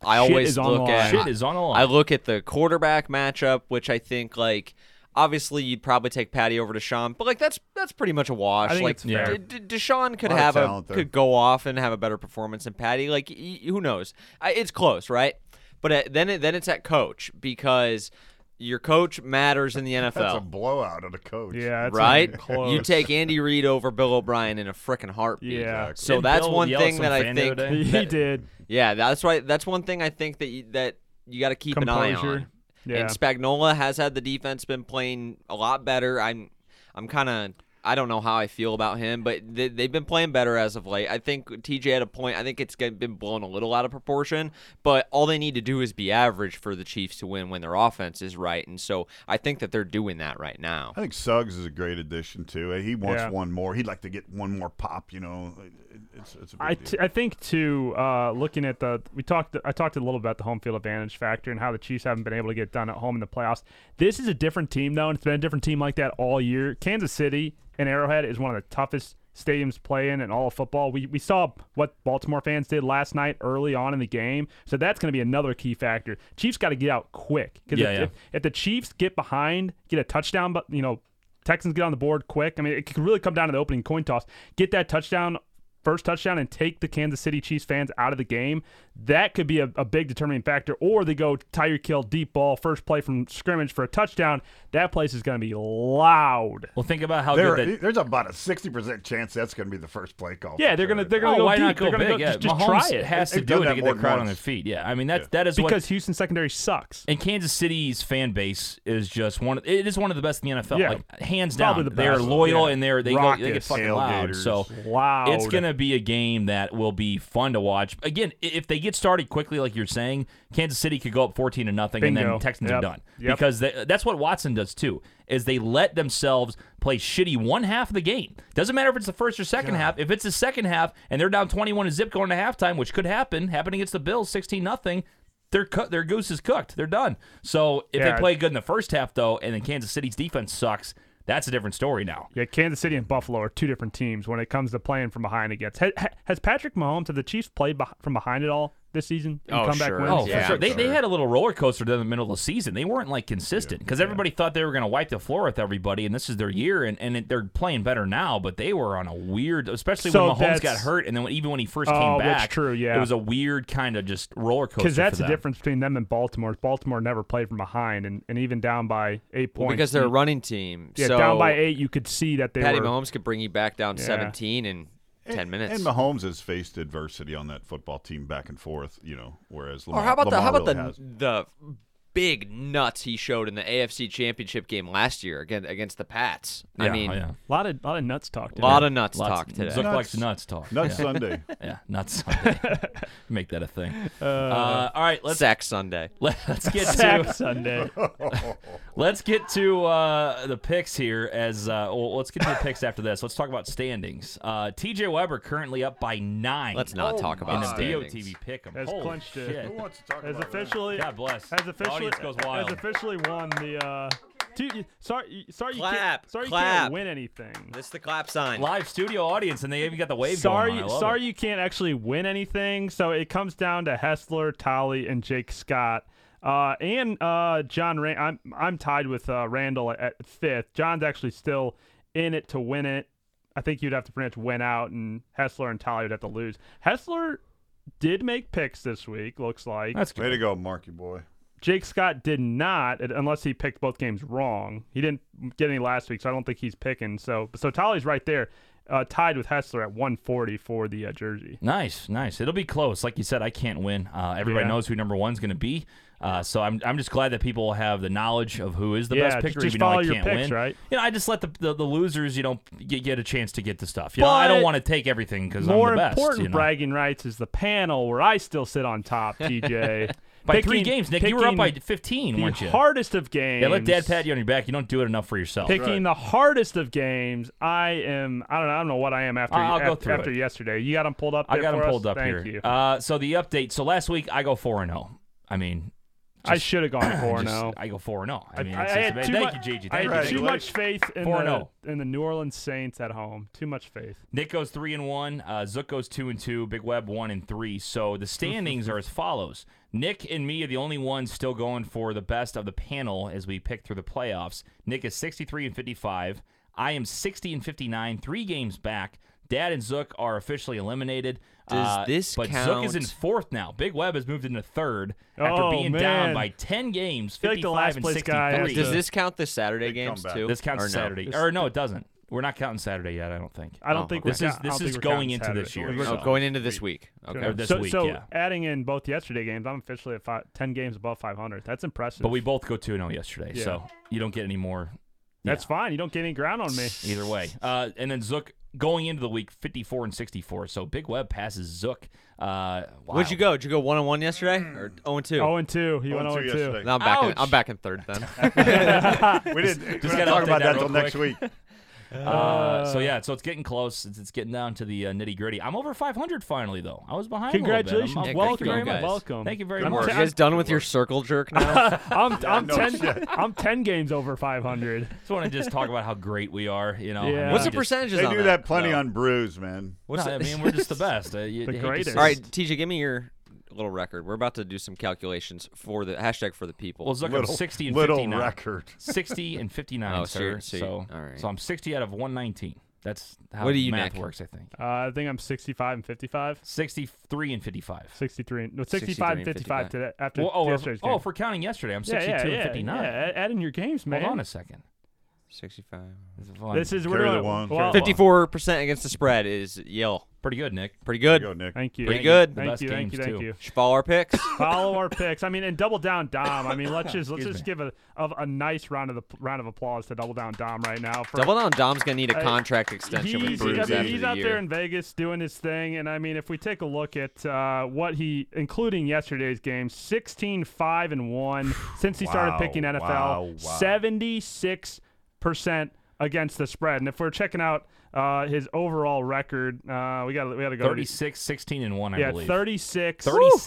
S4: I
S2: Shit
S4: always
S2: is on the
S4: look
S2: line.
S4: at
S1: Shit is on the line.
S4: I look at the quarterback matchup, which I think like obviously you'd probably take Patty over Deshaun, but like that's that's pretty much a wash.
S2: I think
S4: like
S2: it's fair.
S4: D- D- Deshaun could
S3: A lot of
S4: have a
S3: talent there.
S4: could go off and have a better performance than Patty. Like y- who knows? I, it's close, right? But uh, then it, then it's at coach because your coach matters
S2: [LAUGHS]
S4: in the NFL
S3: That's a blowout of the coach.
S2: Yeah, that's
S4: right?
S2: not [LAUGHS] close.
S4: You take Andy Reid over Bill O'Brien in a frickin' heartbeat.
S2: Yeah.
S4: So
S1: Didn't
S4: that's
S1: Bill
S4: one
S1: yell at
S4: thing
S1: some
S4: that I
S1: fan the
S4: think.
S1: other day?
S2: he
S4: that-
S2: did.
S4: Yeah, that's right. That's one thing I think that you, that you got to keep an eye
S2: Composure.
S4: on.
S2: Yeah.
S4: And Spagnola has had the defense been playing a lot better. I'm I'm kind of I don't know how I feel about him, but they, they've been playing better as of late. I think TJ had a point. I think it's get- been blown a little out of proportion, but all they need to do is be average for the Chiefs to win when their offense is right. And so I think that they're doing that right now.
S3: I think Suggs is a great addition too. He wants
S2: Yeah.
S3: one more. He'd like to get one more pop. You know, it's, it's a big
S2: I,
S3: deal.
S2: t- I think too. Uh, looking at the we talked I talked a little about the home field advantage factor and how the Chiefs haven't been able to get done at home in the playoffs. This is a different team though, and it's been a different team like that all year. Kansas City and Arrowhead is one of the toughest stadiums to play in in all of football. We we saw what Baltimore fans did last night early on in the game, so that's going to be another key factor. Chiefs got to get out quick because
S1: Yeah,
S2: if,
S1: yeah.
S2: if, if the Chiefs get behind, get a touchdown, but you know. Texans get on the board quick. I mean, it could really come down to the opening coin toss. Get that touchdown first touchdown and take the Kansas City Chiefs fans out of the game, that could be a, a big determining factor. Or they go Tyreek Kill deep ball, first play from scrimmage for a touchdown. That place is going to be loud.
S1: Well, think about how
S3: There-
S1: good that.
S3: there's about a sixty percent chance that's going to be the first play call.
S2: Yeah, they're going to they're going to
S1: Oh,
S2: go
S1: why
S2: deep.
S1: not go
S2: they're
S1: big?
S2: going to
S1: yeah,
S2: just, just
S1: Mahomes
S2: try it
S1: has to
S3: They've
S1: do
S3: done
S1: it to
S3: that
S1: get that
S3: more than
S1: crowd on
S3: once.
S1: their feet. Yeah, I mean that's that is what
S2: because Houston's secondary sucks.
S1: And Kansas City's fan base is just one. It is one of the best in the NFL.
S2: Yeah.
S1: like hands
S2: Probably
S1: down.
S2: the
S1: They're
S2: best.
S1: loud
S2: Yeah.
S1: and they're they go, they get
S2: Raucous.
S1: fucking loud.
S3: Tailgaters.
S1: So
S2: Loud.
S1: it's gonna be a game that will be fun to watch. Again, i- if they get started quickly, like you're saying, Kansas City could go up 14 to nothing, and
S2: Bingo.
S1: then Texans
S2: Yep.
S1: are done
S2: Yep.
S1: because they, that's what Watson does too. Is they let themselves play shitty one half of the game. Doesn't matter if it's the first or second half. If it's the second half and they're down 21 to zip going to halftime, which could happen, happen against the Bills, 16 nothing. Their, cu- their goose is cooked. They're done. So if
S2: Yeah.
S1: they play good in the first half, though, and then Kansas City's defense sucks, that's a different story now.
S2: Yeah, Kansas City and Buffalo are two different teams when it comes to playing from behind against. Ha- ha- Has Patrick Mahomes, have the Chiefs played beh- from behind at all this season? in
S4: Oh,
S2: comeback
S4: sure.
S2: wins?
S1: Oh,
S4: Yeah,
S1: for sure.
S4: I'm
S1: They, they
S4: sure.
S1: had a little roller coaster in the middle of the season. They weren't like consistent because everybody thought they were going to wipe the floor with everybody, and this is their year, and, and it, they're playing better now. But they were on a weird, especially
S2: So
S1: when Mahomes
S2: that's-
S1: got hurt, and then when- even when he first
S2: Oh,
S1: came
S2: that's
S1: back,
S2: true, yeah.
S1: it was a weird kind of just roller coaster.
S2: Because
S1: for
S2: that's the
S1: them.
S2: difference between them and Baltimore. is Baltimore never played from behind, and, and even down by eight
S4: Well,
S2: points.
S4: because they're a running team.
S2: yeah,
S4: so
S2: down by eight, you could see that they
S4: Patty
S2: were.
S4: Mahomes could bring you back down 17 in 10
S3: And-
S4: minutes.
S3: And Mahomes has faced adversity on that football team back and forth. You know, whereas Lamar,
S4: Or how about the
S3: Lamar
S4: how about
S3: really has.
S4: the the big nuts he showed in the AFC Championship game last year against against the Pats? I
S1: Yeah,
S4: mean,
S1: oh, yeah.
S2: A lot of lot of nuts talk.
S4: a
S2: today.
S4: lot of nuts
S1: Lots-
S4: talk today.
S1: Zook
S3: Nuts.
S1: likes nuts talk.
S3: Nuts
S4: [LAUGHS]
S1: yeah.
S3: Sunday?
S1: yeah, nuts. [LAUGHS] Make that a
S2: [LAUGHS]
S1: thing. Uh, all right, let's
S4: Sack Sunday.
S1: [LAUGHS] let's get
S2: Sack
S1: to
S2: [LAUGHS] Sunday.
S1: Let's get to uh, the picks here. As uh, well, let's get to the picks after this. Let's talk about standings. Uh, T.J. Weber currently up by nine.
S4: Let's not
S3: Oh
S4: talk
S1: in
S4: about
S1: a
S4: standings.
S1: BOTV pick 'em.
S2: Has
S1: Holy
S2: clinched it.
S1: shit.
S3: Who wants to talk
S2: Has
S3: about that?
S2: officially
S1: God bless.
S2: has
S1: the
S2: officially
S1: audience goes wild.
S2: has officially won the. Uh, two, you- sorry, you- sorry, you
S4: Clap,
S2: can't, sorry, you
S4: clap.
S2: can't win anything.
S4: This is the clap sign.
S1: Live studio audience, and they even got the wave
S2: Sorry,
S1: going. on. I love
S2: sorry,
S1: it.
S2: you can't actually win anything. So it comes down to Hessler, Tolly, and Jake Scott, uh, and uh, John. Rand- I'm I'm tied with uh, Randall at, at fifth. John's actually still in it to win it. I think you'd have to pretty much win out, and Hessler and Tolly would have to lose. Hessler did make picks this week. Looks like
S1: That's good.
S3: [LAUGHS] Way to go, Marky boy.
S2: Jake Scott did not, it- unless he picked both games wrong. He didn't get any last week, so I don't think he's picking. So, so Tolly's right there, uh, tied with Hessler at 140 for the uh, jersey.
S1: Nice, nice. It'll be close. Like you said, I can't win. Uh, everybody
S2: Yeah.
S1: knows who number one's going to be. Uh, so I'm, I'm just glad that people have the knowledge of who is the
S2: Yeah,
S1: best picker,
S2: just- just
S1: even though I
S2: follow your
S1: can't
S2: picks,
S1: win.
S2: right?
S1: You know, I just let the, the, the losers, you know, get, get a chance to get the stuff. You know, I don't
S2: But-
S1: want to take everything because I'm
S2: More
S1: the best.
S2: important
S1: you know?
S2: bragging rights is the panel where I still sit
S1: [LAUGHS]
S2: on top, TJ.
S1: By three
S2: Picking-
S1: games, Nick, you were up by
S2: picking
S1: 15,
S2: the
S1: weren't you?
S2: hardest of games.
S1: yeah, let Dad pat you on your back. You don't do it enough for yourself.
S2: Picking the hardest of games, I am. I don't know. I don't know what I am after.
S1: I'll go
S2: after,
S1: through
S2: after
S1: it.
S2: yesterday. You got them pulled up.
S1: I
S2: there
S1: got
S2: for
S1: them
S2: us?
S1: pulled up
S2: Thank
S1: here.
S2: You.
S1: Uh, so the update. So last week oh. I go four and zero. I mean,
S2: I should have gone
S1: [COUGHS]
S2: four
S1: Just-
S2: now.
S1: I go four and zero. I
S2: I,
S1: mean,
S2: I
S1: it's
S2: had
S1: just,
S2: too
S1: thank
S2: mu-
S1: you, JJ.
S2: I
S1: Thank
S2: had
S1: you.
S2: too
S1: JJ.
S2: much faith in
S1: 4-0.
S2: the, in the New Orleans Saints at home. Too much faith.
S1: Nick goes three and one. Uh, Zook goes two and two. Big Web one and three. So the standings are as follows. Nick and me are the only ones still going for the best of the panel as we pick through the playoffs. Nick is sixty three and fifty five. I am sixty and fifty nine, three games back. Dad and Zook are officially eliminated. Uh,
S4: Does this
S1: but Zook is in
S4: count-
S1: fourth now. Big Web has moved into third after
S2: Oh,
S1: being
S2: man.
S1: down by ten games,
S2: feel
S1: fifty
S2: like the
S1: five
S2: last
S1: and
S2: place
S1: sixty
S2: guy has
S1: three.
S2: to-
S4: Does this count the Saturday
S3: Big
S4: games
S3: comeback.
S4: too?
S1: This counts
S4: Or
S1: as
S4: no?
S1: Saturday, or no, it doesn't. We're not counting Saturday yet. I don't think.
S2: I don't
S4: Oh,
S2: think
S1: This
S2: we're
S1: is
S2: count- I
S1: this
S2: don't
S1: is
S2: think we're
S1: going
S2: counting
S1: into this
S2: Saturday.
S1: year.
S2: We're
S1: so-
S4: Oh, going into this week. Okay.
S1: or this
S2: so,
S1: week,
S2: so
S1: yeah.
S2: adding in both yesterday games, I'm officially at five, 10 games above 500. That's impressive.
S1: But we both go 2 0 yesterday,
S2: Yeah.
S1: so you don't get any more
S2: That's fine. You don't get any ground on me.
S1: either way. Uh, and then Zook going into the week 54 and 64. So Big Web passes Zook. Uh, wow.
S4: Where'd you go? Did you go one on one yesterday or zero and two?
S2: Oh and 2. He went 0
S3: Oh, and
S2: and
S3: two
S2: 2.
S3: yesterday.
S4: Now I'm back. In,
S1: Ouch.
S4: I'm back in third then.
S3: We didn't
S1: gotta
S3: we didn't talk
S1: update
S3: about
S1: that
S3: that
S1: real
S3: till next week.
S1: Uh, so yeah, so it's getting close. It's, it's getting down to the uh, nitty gritty. I'm over 500 finally, though. I was behind. a little bit. I'm- I'm-
S2: Congratulations.
S4: Yeah,
S1: thank you
S2: welcome.
S1: very much.
S4: guys.
S2: Welcome.
S1: Thank you very
S2: I'm
S1: much.
S4: you
S2: ten-
S4: guys done with your circle jerk now?
S2: [LAUGHS] I'm, I'm,
S3: no
S2: 10,
S3: shit.
S2: [LAUGHS] I'm 10 games over 500.
S1: just want to just talk about how great we are. You know,
S2: Yeah.
S1: I mean,
S4: What's the
S1: just-
S4: percentages
S3: They
S4: on
S3: do
S4: that
S3: that plenty
S4: though?
S3: on brews, man.
S1: No,
S4: What's
S1: I
S4: the-
S1: mean, we're just the best. Uh, you, you hate
S2: The
S1: to
S2: greatest.
S1: say
S4: All right,
S1: it.
S4: TJ, give me your little record. We're about to do some calculations for the hashtag for the people.
S1: Well, Zook,
S3: Little,
S1: I'm 60 and
S3: little
S1: 59.
S3: record.
S1: [LAUGHS] 60 and 59,
S4: Oh, so
S1: sir. So,
S4: you're- so
S1: so,
S4: you- all right.
S1: I'm 60 out of 119. That's how
S4: What are you,
S1: math
S4: Nick?
S1: works, I think.
S2: Uh, I think I'm 65 and 55.
S1: 63 and 55.
S2: 63 and, no, 65 and 55
S4: 55.
S2: today after
S1: Well, oh, if,
S2: yesterday's game.
S1: oh, if we're counting yesterday, I'm 62
S2: yeah, yeah,
S1: and
S2: yeah,
S1: 59.
S2: yeah. Add in your games, man.
S1: Hold on a second.
S4: 65.
S2: This is we're
S3: Carry the
S2: doing-
S3: one,
S2: well,
S3: carry
S4: 54% against the spread is Yale.
S1: pretty good, Nick.
S4: Pretty
S3: There you go,
S4: good.
S3: Nick.
S2: Thank you.
S4: Pretty
S2: Thank
S4: good.
S2: you,
S1: The
S2: Thank
S1: best
S2: you. Thank
S1: games,
S2: you. Thank
S1: too.
S2: you.
S4: Should follow our picks.
S2: Follow our picks. I mean, and double down, Dom. I mean,
S3: [LAUGHS]
S2: let's just let's
S1: Excuse
S2: just give a of a nice round of the round of applause to double down, Dom, right now. For,
S4: Double down. Dom's going to need a
S2: I-
S4: contract extension
S2: He's,
S4: with Bruins
S2: I
S4: after
S2: mean, he's
S4: the
S2: out
S4: year.
S2: there in Vegas doing his thing, and I mean, if we take a look at uh, what he, including yesterday's game, 16, 5, and
S3: [SIGHS]
S2: 1 since he started
S3: Wow,
S2: picking NFL,
S3: wow, wow.
S2: 76% against the spread. And if we're checking out uh, his overall record, uh, we got we got to go. to-
S1: 36, 16, and 1, I
S2: yeah,
S1: believe.
S2: 36.
S1: 36,
S2: Woo!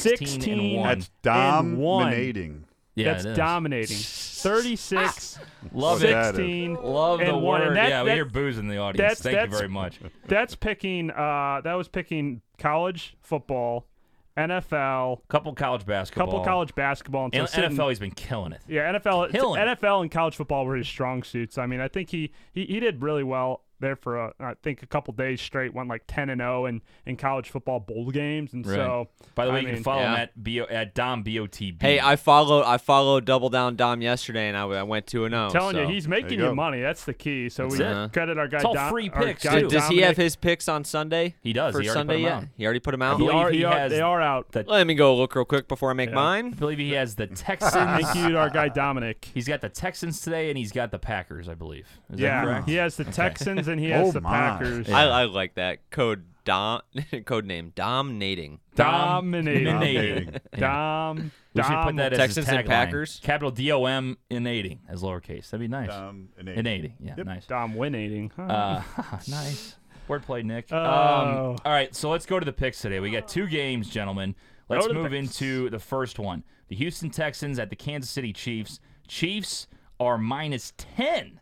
S1: 16, and
S2: 16.
S1: 1.
S3: That's
S2: And one.
S3: dominating.
S1: yeah,
S2: that's
S1: it is. [LAUGHS]
S2: dominating. 36,
S1: Love it.
S3: That is.
S2: 16.
S1: Love the
S2: and one. And
S1: word.
S2: that-
S1: yeah, we
S2: that-
S1: hear booze in the audience.
S2: that's-
S1: Thank you
S2: that's-
S1: very much.
S2: That's picking. Uh, that was picking college football, NFL,
S1: Couple college basketball.
S2: couple college basketball, and so
S1: And
S2: sitting-
S1: NFL, he's been killing it.
S2: Yeah, NFL,
S1: Killing.
S2: NFL, and college football were his strong suits. I mean, I think he he, he did really well there for a, I think a couple days straight. Went like ten and zero in in college football bowl games, and so
S1: By the way,
S2: I
S1: you
S2: mean,
S1: can follow him
S4: yeah.
S1: at, B- at Dom B-O-T-B.
S4: Hey, I followed I followed Double Down Dom yesterday and I, I went 2 and
S1: Oh,
S4: 0.
S2: telling
S4: so.
S2: you he's making
S3: you
S2: you,
S3: go.
S2: money. That's the key. So we
S1: it.
S2: credit our guy.
S1: It's all
S2: Dom-
S1: free
S2: our
S1: picks,
S2: guy
S1: too.
S4: Does he have
S2: Dominic.
S4: his picks on Sunday?
S1: He does.
S4: For
S1: He already put
S4: Sunday
S1: them
S4: yet?
S1: out.
S4: He already put them out.
S2: They
S1: believe
S2: are,
S1: he
S2: they are,
S1: has-
S2: they are out.
S1: that-
S4: Let me go look real quick before I make mine.
S1: I believe he has
S4: [LAUGHS]
S1: the Texans.
S2: Thank you to
S1: [LAUGHS]
S2: our guy Dominic.
S1: He's got the Texans today, and he's got the Packers, I believe. Is
S2: yeah,
S1: that correct?
S2: he has the Texans and he has
S3: Oh
S2: the
S3: my.
S2: Packers.
S1: Yeah.
S4: I, I like that code dom [LAUGHS] code name dominating.
S2: Dominating.
S1: Dominating.
S2: Dom,
S1: We should
S2: Dom,
S1: put that as his
S4: Texans and
S1: tagline.
S4: Packers?
S1: Capital D O M inating as lowercase. That'd be nice.
S3: Um, an eight.
S1: Inating. Yeah, nice.
S2: Dom winning. Huh?
S1: Uh, [LAUGHS] nice. Wordplay, Nick.
S2: Oh.
S1: Um, all right, so let's go to the picks today. We got two games, gentlemen. Let's
S2: to the
S1: move into the first one. The Houston Texans at the Kansas City Chiefs. Chiefs are minus 10.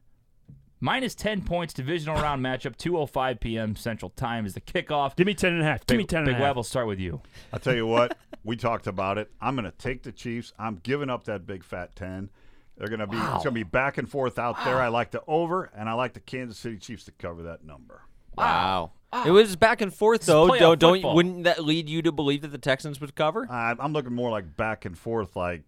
S1: Minus 10 points, divisional round matchup, 2.05 p.m. Central Time is the kickoff.
S2: Give me ten and a half. Give me ten and a
S1: Big
S2: half.
S1: Web, we'll start with you.
S3: I'll tell you what, we talked about it. I'm going to take the Chiefs. I'm giving up that big fat 10. They're going to be it's going to be back and forth out there. I like the over and I like the Kansas City Chiefs to cover that number.
S4: Wow. It was back and forth though.
S1: playoff
S4: Don't, don't
S1: football.
S4: wouldn't that lead you to believe that the Texans would cover?
S2: Uh,
S3: I, I'm looking more like back and forth like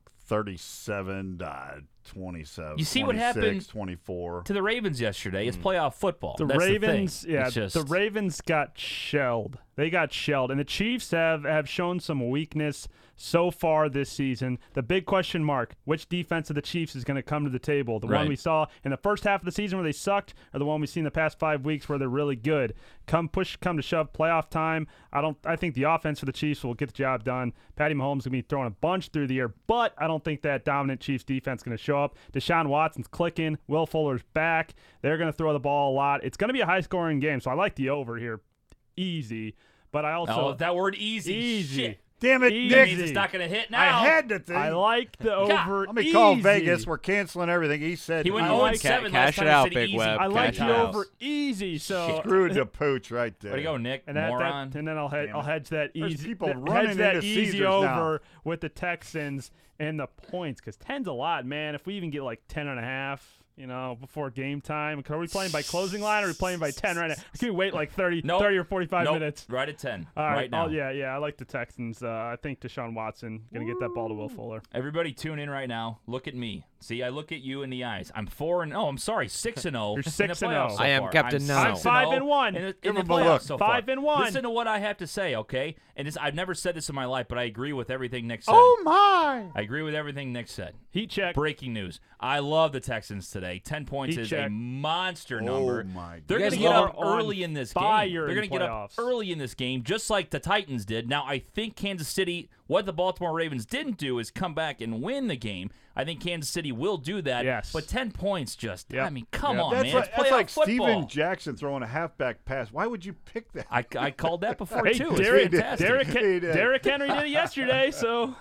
S3: 37 uh, 27.
S1: You see what happened
S3: 26, 24.
S1: To the Ravens yesterday,
S4: Mm.
S1: it's playoff football.
S2: The
S1: That's thing.
S2: Ravens, yeah,
S1: It's just-
S2: the Ravens got shelled. They got shelled, and the Chiefs have have shown some weakness so far this season. The big question mark: which defense of the Chiefs is going to come to the table? The one
S1: Right.
S2: we saw in the first half of the season where they sucked, or the one we've seen the past five weeks where they're really good. Come push, come to shove, playoff time. I don't. I think the offense for the Chiefs will get the job done. Patty Mahomes going to be throwing a bunch through the air, but I don't think that dominant Chiefs defense going to show up. Deshaun Watson's clicking. Will Fuller's back. They're going to throw the ball a lot. It's going to be a high scoring game, so I like the over here, easy. But I also
S1: Oh, that word easy.
S2: easy.
S1: Shit.
S3: Damn it,
S2: Easy.
S1: That
S3: Nick.
S1: means it's not going to hit now.
S3: I had the thing.
S2: I like the
S1: God,
S2: over.
S3: Let me call
S2: easy.
S3: Vegas. We're canceling everything he said.
S1: He went
S3: I
S1: 0
S2: like-
S1: seven
S4: Ca-
S1: last
S4: cash
S1: time.
S4: it
S1: I
S4: out,
S1: said
S4: Big
S1: easy.
S4: Web.
S2: I like
S4: Cash
S2: the
S4: it out.
S2: over easy. So
S3: Screwed the pooch right there.
S1: Way to go, Nick.
S2: And that,
S1: Moron.
S2: that and then I'll hedge,
S3: Damn it.
S2: I'll hedge that
S3: There's
S2: easy
S3: people
S2: that,
S3: running
S2: hedge that
S3: into
S2: easy
S3: Caesars now.
S2: over with the Texans and the points because ten's a lot, man. If we even get like ten and a half, you know, before game time, are we playing by closing line or are we playing by ten right now? Can we wait like 30,
S1: Nope.
S2: 30 or forty five
S1: nope.
S2: minutes?
S1: Right at 10.
S2: All
S1: right now.
S2: Oh, yeah, yeah. I like the Texans. Uh, I think Deshaun Watson gonna get that ball to Will Fuller.
S1: Everybody tune in right now. Look at me. See, I look at you in the eyes. I'm 4 and oh, I'm sorry, 6 and
S2: [LAUGHS]
S1: 0. You're
S2: six and oh.
S4: I am Captain Now.
S1: I'm
S4: I'm
S1: 5
S2: five and one.
S1: In the, in
S2: Give
S1: the
S2: him a
S1: playoffs
S2: look.
S1: so
S2: Five
S1: far.
S2: and one.
S1: Listen to what I have to say, okay? And this I've never said this in my life, but I agree with everything Nick said.
S3: Oh my!
S1: I agree with everything Nick said.
S2: Heat check.
S1: Breaking news. I love the Texans today. 10 points
S2: Heat
S1: is a
S2: check.
S1: monster
S3: Oh,
S1: number.
S3: my
S1: They're going
S4: You guys
S1: to get up
S2: are on
S1: early in this game.
S2: fire
S1: They're
S2: in
S1: going to get up
S2: playoffs.
S1: early in this game, just like the Titans did. Now, I think Kansas City, what the Baltimore Ravens didn't do is come back and win the game. I think Kansas City will do that.
S2: Yes.
S1: But 10 points just, I
S2: Yep.
S1: mean, come on,
S3: That's
S1: man.
S3: like,
S1: it's
S3: that's
S1: playoff
S3: like
S1: football.
S3: Steven Jackson throwing a halfback pass. Why would you pick that?
S1: I, I called that
S3: [LAUGHS]
S1: before,
S2: Hey,
S1: too.
S2: Derek,
S1: it's fantastic.
S2: Derek,
S3: He did.
S2: Derek Henry did it yesterday, so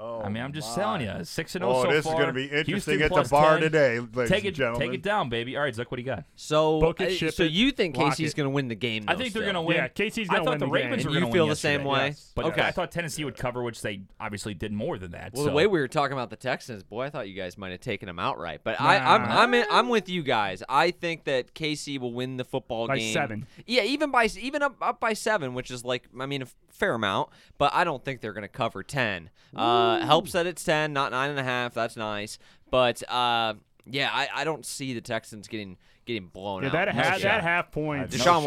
S1: I mean, I'm just telling you, 6 and 0
S3: Oh,
S1: so
S3: this is
S1: far.
S3: gonna be interesting
S1: Houston
S3: at the
S1: plus
S3: bar
S1: 10.
S3: today, ladies
S1: Take it,
S3: and gentlemen.
S1: Take it down, baby. All right, Zuck, what do you got?
S4: So,
S2: Book it,
S4: I-
S2: ship
S4: so
S2: it,
S4: you think
S2: lock
S4: Casey's
S2: it.
S4: going to win the game?
S1: I
S4: though,
S1: think they're
S4: still.
S1: going to win.
S2: Yeah, Casey's
S1: I
S2: gonna
S1: thought
S2: win
S1: the
S2: the
S1: Ravens
S2: game.
S1: were going
S4: And
S1: to
S4: you feel
S1: win
S4: the same
S1: yesterday.
S4: way?
S2: Yes.
S1: But
S4: Okay.
S1: I thought Tennessee would cover, which they obviously did more than that.
S4: Well,
S1: so.
S4: the way we were talking about the Texans, boy, I thought you guys might have taken them outright. But I, I'm, I'm, in, I'm with you guys. I think that KC will win the football
S2: By
S4: game
S2: seven.
S4: Yeah, even by even up, up by seven, which is like I mean a fair amount. But I don't think they're going to cover ten. Uh, helps that it's ten, not nine and a half. That's nice. But uh, yeah, I, I don't see the Texans getting getting blown
S2: yeah,
S4: out.
S2: that,
S4: No
S2: ha-
S4: shot.
S2: that half point.
S3: No
S4: Deshaun
S3: shot, I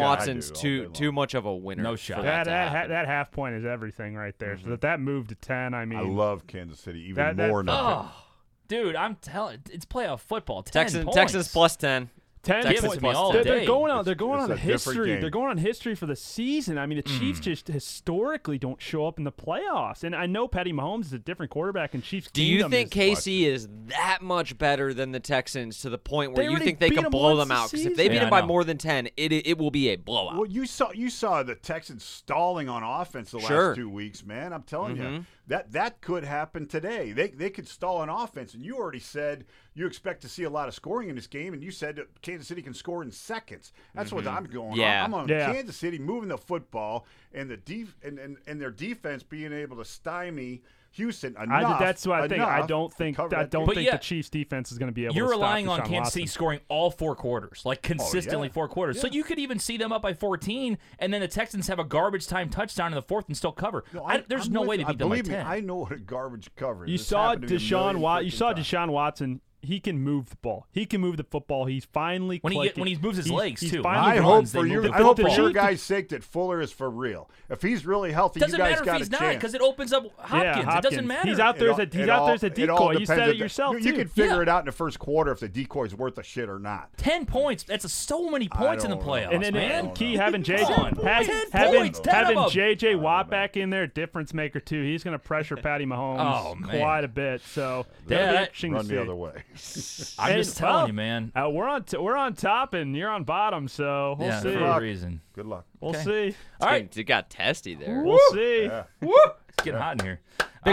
S3: do,
S4: Watson's
S3: all day
S4: too
S3: long.
S4: too much of a winner.
S1: No
S4: for
S1: shot.
S2: that
S4: to
S2: that, ha-
S4: happen.
S2: that half point is everything right there. So that that move to ten, I mean,
S3: I love Kansas City even
S2: That- that-
S3: more now.
S1: oh, dude, I'm telling, it's playoff football. Ten
S4: Texans
S1: points.
S4: Texans plus ten.
S2: ten
S1: Texas
S2: points.
S1: me all
S2: they're,
S1: day.
S2: they're going on. They're
S3: It's-
S2: going
S3: it's
S2: on
S3: a different
S2: history.
S3: game.
S2: They're going on history for the season. I mean, the Chiefs just historically don't show up in the playoffs. And I know Patty Mahomes is a different quarterback, and Chiefs.
S4: Do you
S2: kingdom
S4: think
S2: is-
S4: KC is that much better than the Texans to the point where
S2: They
S4: you
S2: already
S4: think they
S2: beat
S4: can
S2: them
S4: blow
S2: once
S4: them out?
S2: this
S4: Because if
S2: season.
S4: they beat
S1: Yeah, I
S4: them by
S1: know.
S4: more than ten, it it will be a blowout.
S3: Well, you saw you saw the Texans stalling on offense the
S4: Sure. Mm-hmm.
S3: last two weeks, man. I'm telling you that that could happen today. They they could stall on offense, and you already said you expect to see a lot of scoring in this game, and you said that Kansas City can score in seconds. That's what I'm going.
S4: Mm-hmm. Yeah.
S3: on. I'm on
S2: Yeah.
S3: Kansas City moving the football and the def- and, and and their defense being able to stymie Houston enough.
S2: I, that's what I think. I
S3: enough
S2: don't
S3: to
S2: think.
S3: cover
S2: I
S3: that game.
S2: don't
S1: But
S2: think
S1: yeah,
S2: the Chiefs defense is going to be able.
S1: You're
S2: to stop
S1: relying on
S2: Deshaun
S1: Kansas
S2: Watson.
S1: City scoring all four quarters, like consistently four quarters. So
S3: Yeah.
S1: you could even see them up by 14, and then the Texans have a garbage time touchdown in the fourth and still cover.
S3: No,
S1: I,
S3: I-
S1: there's
S3: I'm
S1: no
S3: with
S1: way to
S3: you.
S1: beat
S3: I-
S1: them by
S3: Believe
S1: 10.
S3: me, I know what a garbage cover. is.
S2: You
S3: This
S2: saw
S3: happened to me a
S2: Deshaun.
S3: million
S2: Wa- you
S3: freaking
S2: saw
S3: times.
S2: Deshaun Watson. He can move the ball. He can move the football. He's finally
S1: When he get-
S2: clicking.
S1: when he moves his
S2: He's-
S1: legs,
S2: he's
S1: too.
S2: finally
S3: I
S1: Finally
S3: hope
S1: runs,
S3: for
S1: they
S3: your,
S1: move the
S3: I hope for
S1: football.
S3: your guy's sake that Fuller is for real. If he's really healthy,
S1: doesn't
S3: you guys
S1: matter if
S3: got
S1: he's
S3: a
S1: not
S3: chance.
S1: because it opens up Hopkins.
S2: Yeah,
S1: It doesn't
S2: Hopkins.
S1: matter.
S2: He's out
S3: It
S2: there as
S3: all-
S2: a he's
S3: it
S2: out there
S3: all-
S2: as a
S3: it all
S2: decoy. You
S3: depends
S2: said
S3: on
S2: it
S3: the-
S2: yourself.
S3: You, you
S2: too.
S3: can figure
S1: Yeah.
S3: it out in the first quarter if the decoy's worth a shit or not.
S1: 10 points. That's so many points in the
S3: don't know.
S1: playoffs,
S2: And then
S1: man.
S2: and key having
S1: Come
S2: JJ
S1: on.
S2: ha-
S1: Ten
S2: having,
S1: points, ten
S2: having
S1: of 'em.
S2: JJ Watt back in there, difference maker too. He's going to pressure Patty Mahomes
S1: Oh, man.
S2: quite a bit. So
S1: Yeah,
S2: that'll be
S1: that-
S2: interesting
S3: Run
S2: to see.
S3: the other way. [LAUGHS]
S1: I'm
S2: And,
S1: just telling
S2: well,
S1: you, man.
S2: Uh, we're on t- we're on top and you're on bottom, so we'll
S1: yeah,
S2: see.
S1: for a reason.
S3: Good luck.
S2: We'll
S1: Okay.
S2: see.
S1: All right,
S4: it got testy there.
S2: We'll see.
S1: it's getting hot in here.
S4: Big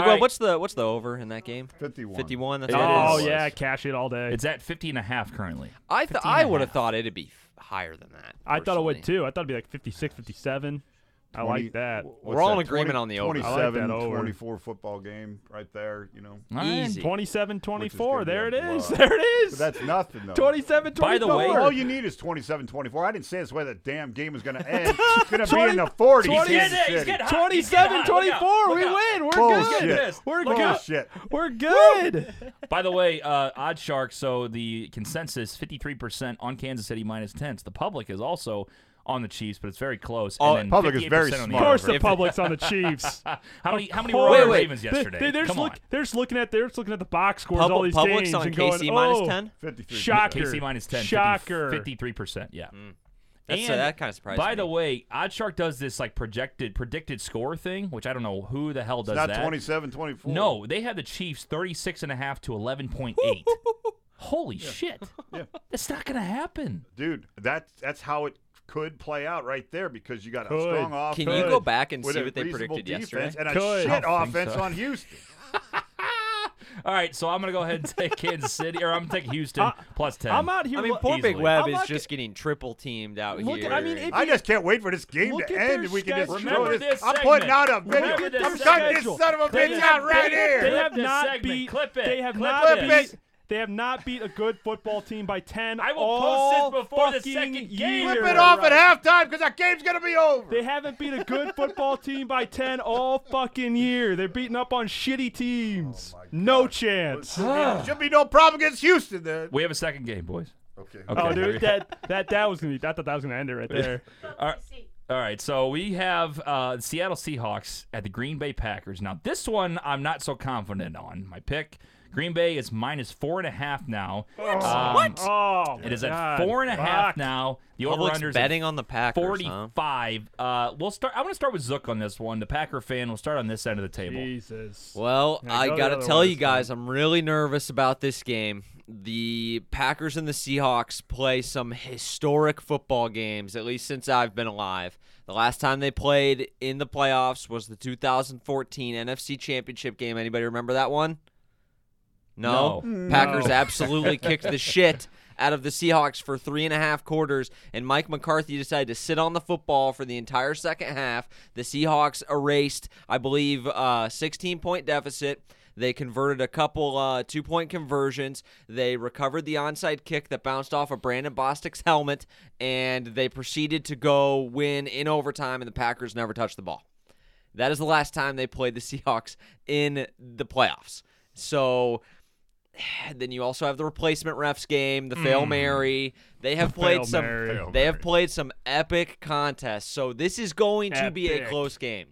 S1: All
S4: Web,
S1: right,
S4: what's the what's the over in that game?
S3: 51.
S4: Fifty-one. That's
S1: It
S4: what
S2: Oh
S1: is.
S4: it is.
S2: yeah, cash it all day.
S1: It's at 50 and a half currently.
S4: I th- I would have thought it'd be f- higher than that.
S2: I thought it would
S4: personally.
S2: too. I thought it'd be like 56, 57. I like that.
S4: We're all in agreement on the over. I like
S3: 27,
S2: that over.
S3: 24 football game right there. You know,
S1: All right.
S4: Easy.
S2: 27 24.
S3: gonna be
S2: There
S3: a
S2: it is. [LAUGHS]
S3: blowout.
S2: There it is.
S3: but Oh, that's nothing though.
S2: 27 24.
S1: By the way-
S3: All you need is 27-24. I didn't say this way that damn game was going
S2: [LAUGHS]
S3: to end. It's going to be in the 40s.
S1: He's
S3: Kansas
S1: getting it. He's
S3: City.
S1: getting hot. He's getting
S2: 27
S1: hot. Look
S2: 24.
S1: out. Look
S2: We
S1: out.
S2: win. We're
S3: Bullshit.
S2: good. We're
S1: Look
S2: good.
S1: out.
S3: Bullshit.
S2: We're good.
S1: By the way, uh, Odd Shark, so the consensus 53% on Kansas City minus 10. So the public is also on the Chiefs, but it's very close.
S4: Oh,
S1: and then
S3: public is very
S1: 58% on the
S2: Of
S3: smart.
S2: course,
S1: over.
S2: the public's on the Chiefs.
S1: How many, how many were
S2: course.
S1: on
S4: Wait,
S1: the
S4: wait.
S1: Ravens [LAUGHS] yesterday?
S2: They, are just
S1: Come
S2: look,
S1: on.
S2: they're just looking at they're just looking at the box scores, all
S4: Public,
S2: these
S4: public's
S2: games,
S4: on
S2: and going,
S4: KC minus
S2: oh,
S4: ten.
S3: 53.
S2: Shocker.
S1: KC minus 10. 50
S2: Shocker.
S1: 53%. Yeah.
S4: Hmm. That's uh,
S1: And
S4: that kind of surprised
S1: By
S4: me.
S1: the way, Odd Shark does this like projected predicted score thing, which I don't know who the hell does
S3: Not
S1: that.
S3: 27-24.
S1: No, they had the Chiefs 36 and a half to 11.8.
S4: [LAUGHS]
S2: [LAUGHS]
S1: Holy shit. That's not going to happen.
S3: dude, that's that's how it could play out right there because you got a
S2: Could.
S3: strong offense.
S4: Can you go back and
S3: with
S4: see
S3: a
S4: what they
S3: reasonable
S4: predicted
S3: defense
S4: yesterday?
S3: And a
S2: Could. I
S3: shit
S1: don't think
S3: offense
S1: so.
S3: on Houston.
S1: All right, so I'm gonna go ahead and take [LAUGHS] Kansas City, or I'm taking Houston plus ten.
S2: I'm out here.
S4: I mean,
S2: lo-
S4: poor Big
S1: easily.
S4: Web
S2: I'm
S4: is
S2: not
S4: just getting triple teamed out
S2: Look,
S4: here.
S2: I mean,
S4: and-
S2: if
S3: I
S2: you-
S3: just can't wait for this game
S2: Look
S3: to
S2: at their
S3: end and we can just
S2: schedule.
S3: throw
S1: Remember
S3: this.
S1: this
S3: I'm
S1: segment.
S3: putting out a
S1: Remember
S3: video.
S1: this
S3: I'm cutting this
S2: schedule.
S3: son of a
S2: They
S3: bitch
S2: have-
S3: out right
S1: they-
S3: here.
S2: They
S1: Clip
S2: have
S1: this
S2: not
S1: segment.
S2: beat.
S1: Clip it.
S2: They have
S1: Clip
S2: not
S3: it.
S2: beat. They have not beat a good football team by ten.
S1: I will
S2: all
S1: post this before the
S2: fucking
S1: second game.
S2: year.
S1: Flip
S3: Flip it off at halftime because that game's gonna be over.
S2: They haven't beat a good football team by ten all fucking year. They're beating up on shitty teams. no [LAUGHS] chance. Oh,
S3: Should be no problem against Houston then.
S1: we have a second game, boys.
S3: Okay.
S2: Oh,
S1: there we
S2: dude, that that that was gonna be. I thought that was gonna end it
S1: [LAUGHS]
S2: right there.
S1: All right, so we have uh, Seattle Seahawks at the Green Bay Packers. Now, this one I'm not so confident on. My pick, Green Bay is minus four and a half now. What? what?
S2: Oh,
S1: It is
S2: God.
S1: at four and a half
S2: Fuck.
S1: now. The over
S4: Public's
S1: under
S4: betting on the Packers. huh?
S1: 45. Uh, we'll start. I want to start with Zook on this one. The Packer fan. We'll start on this end of the table.
S2: Jesus.
S4: Well,
S2: Yeah,
S4: I
S2: go the
S4: gotta
S2: other
S4: tell
S2: way
S4: you
S2: this time.
S4: guys, I'm really nervous about this game. The Packers and the Seahawks play some historic football games, at least since I've been alive. The last time they played in the playoffs was the 2014 NFC Championship game. Anybody remember that one? No. Packers [LAUGHS] absolutely kicked the shit out of the Seahawks for three and a half quarters, and Mike McCarthy decided to sit on the football for the entire second half. The Seahawks erased, I believe, uh, 16 point deficit. They converted a couple uh, two point conversions. They recovered the onside kick that bounced off of Brandon Bostic's helmet, and they proceeded to go win in overtime, and the Packers never touched the ball. That is the last time they played the [LAUGHS] Seahawks in the playoffs. So [SIGHS] then you also have the replacement refs game, the fail Mary. They have played some
S2: Mary. Mm. Fail
S4: they have played some epic contests. So this is going to be a
S2: Epic.
S4: close game.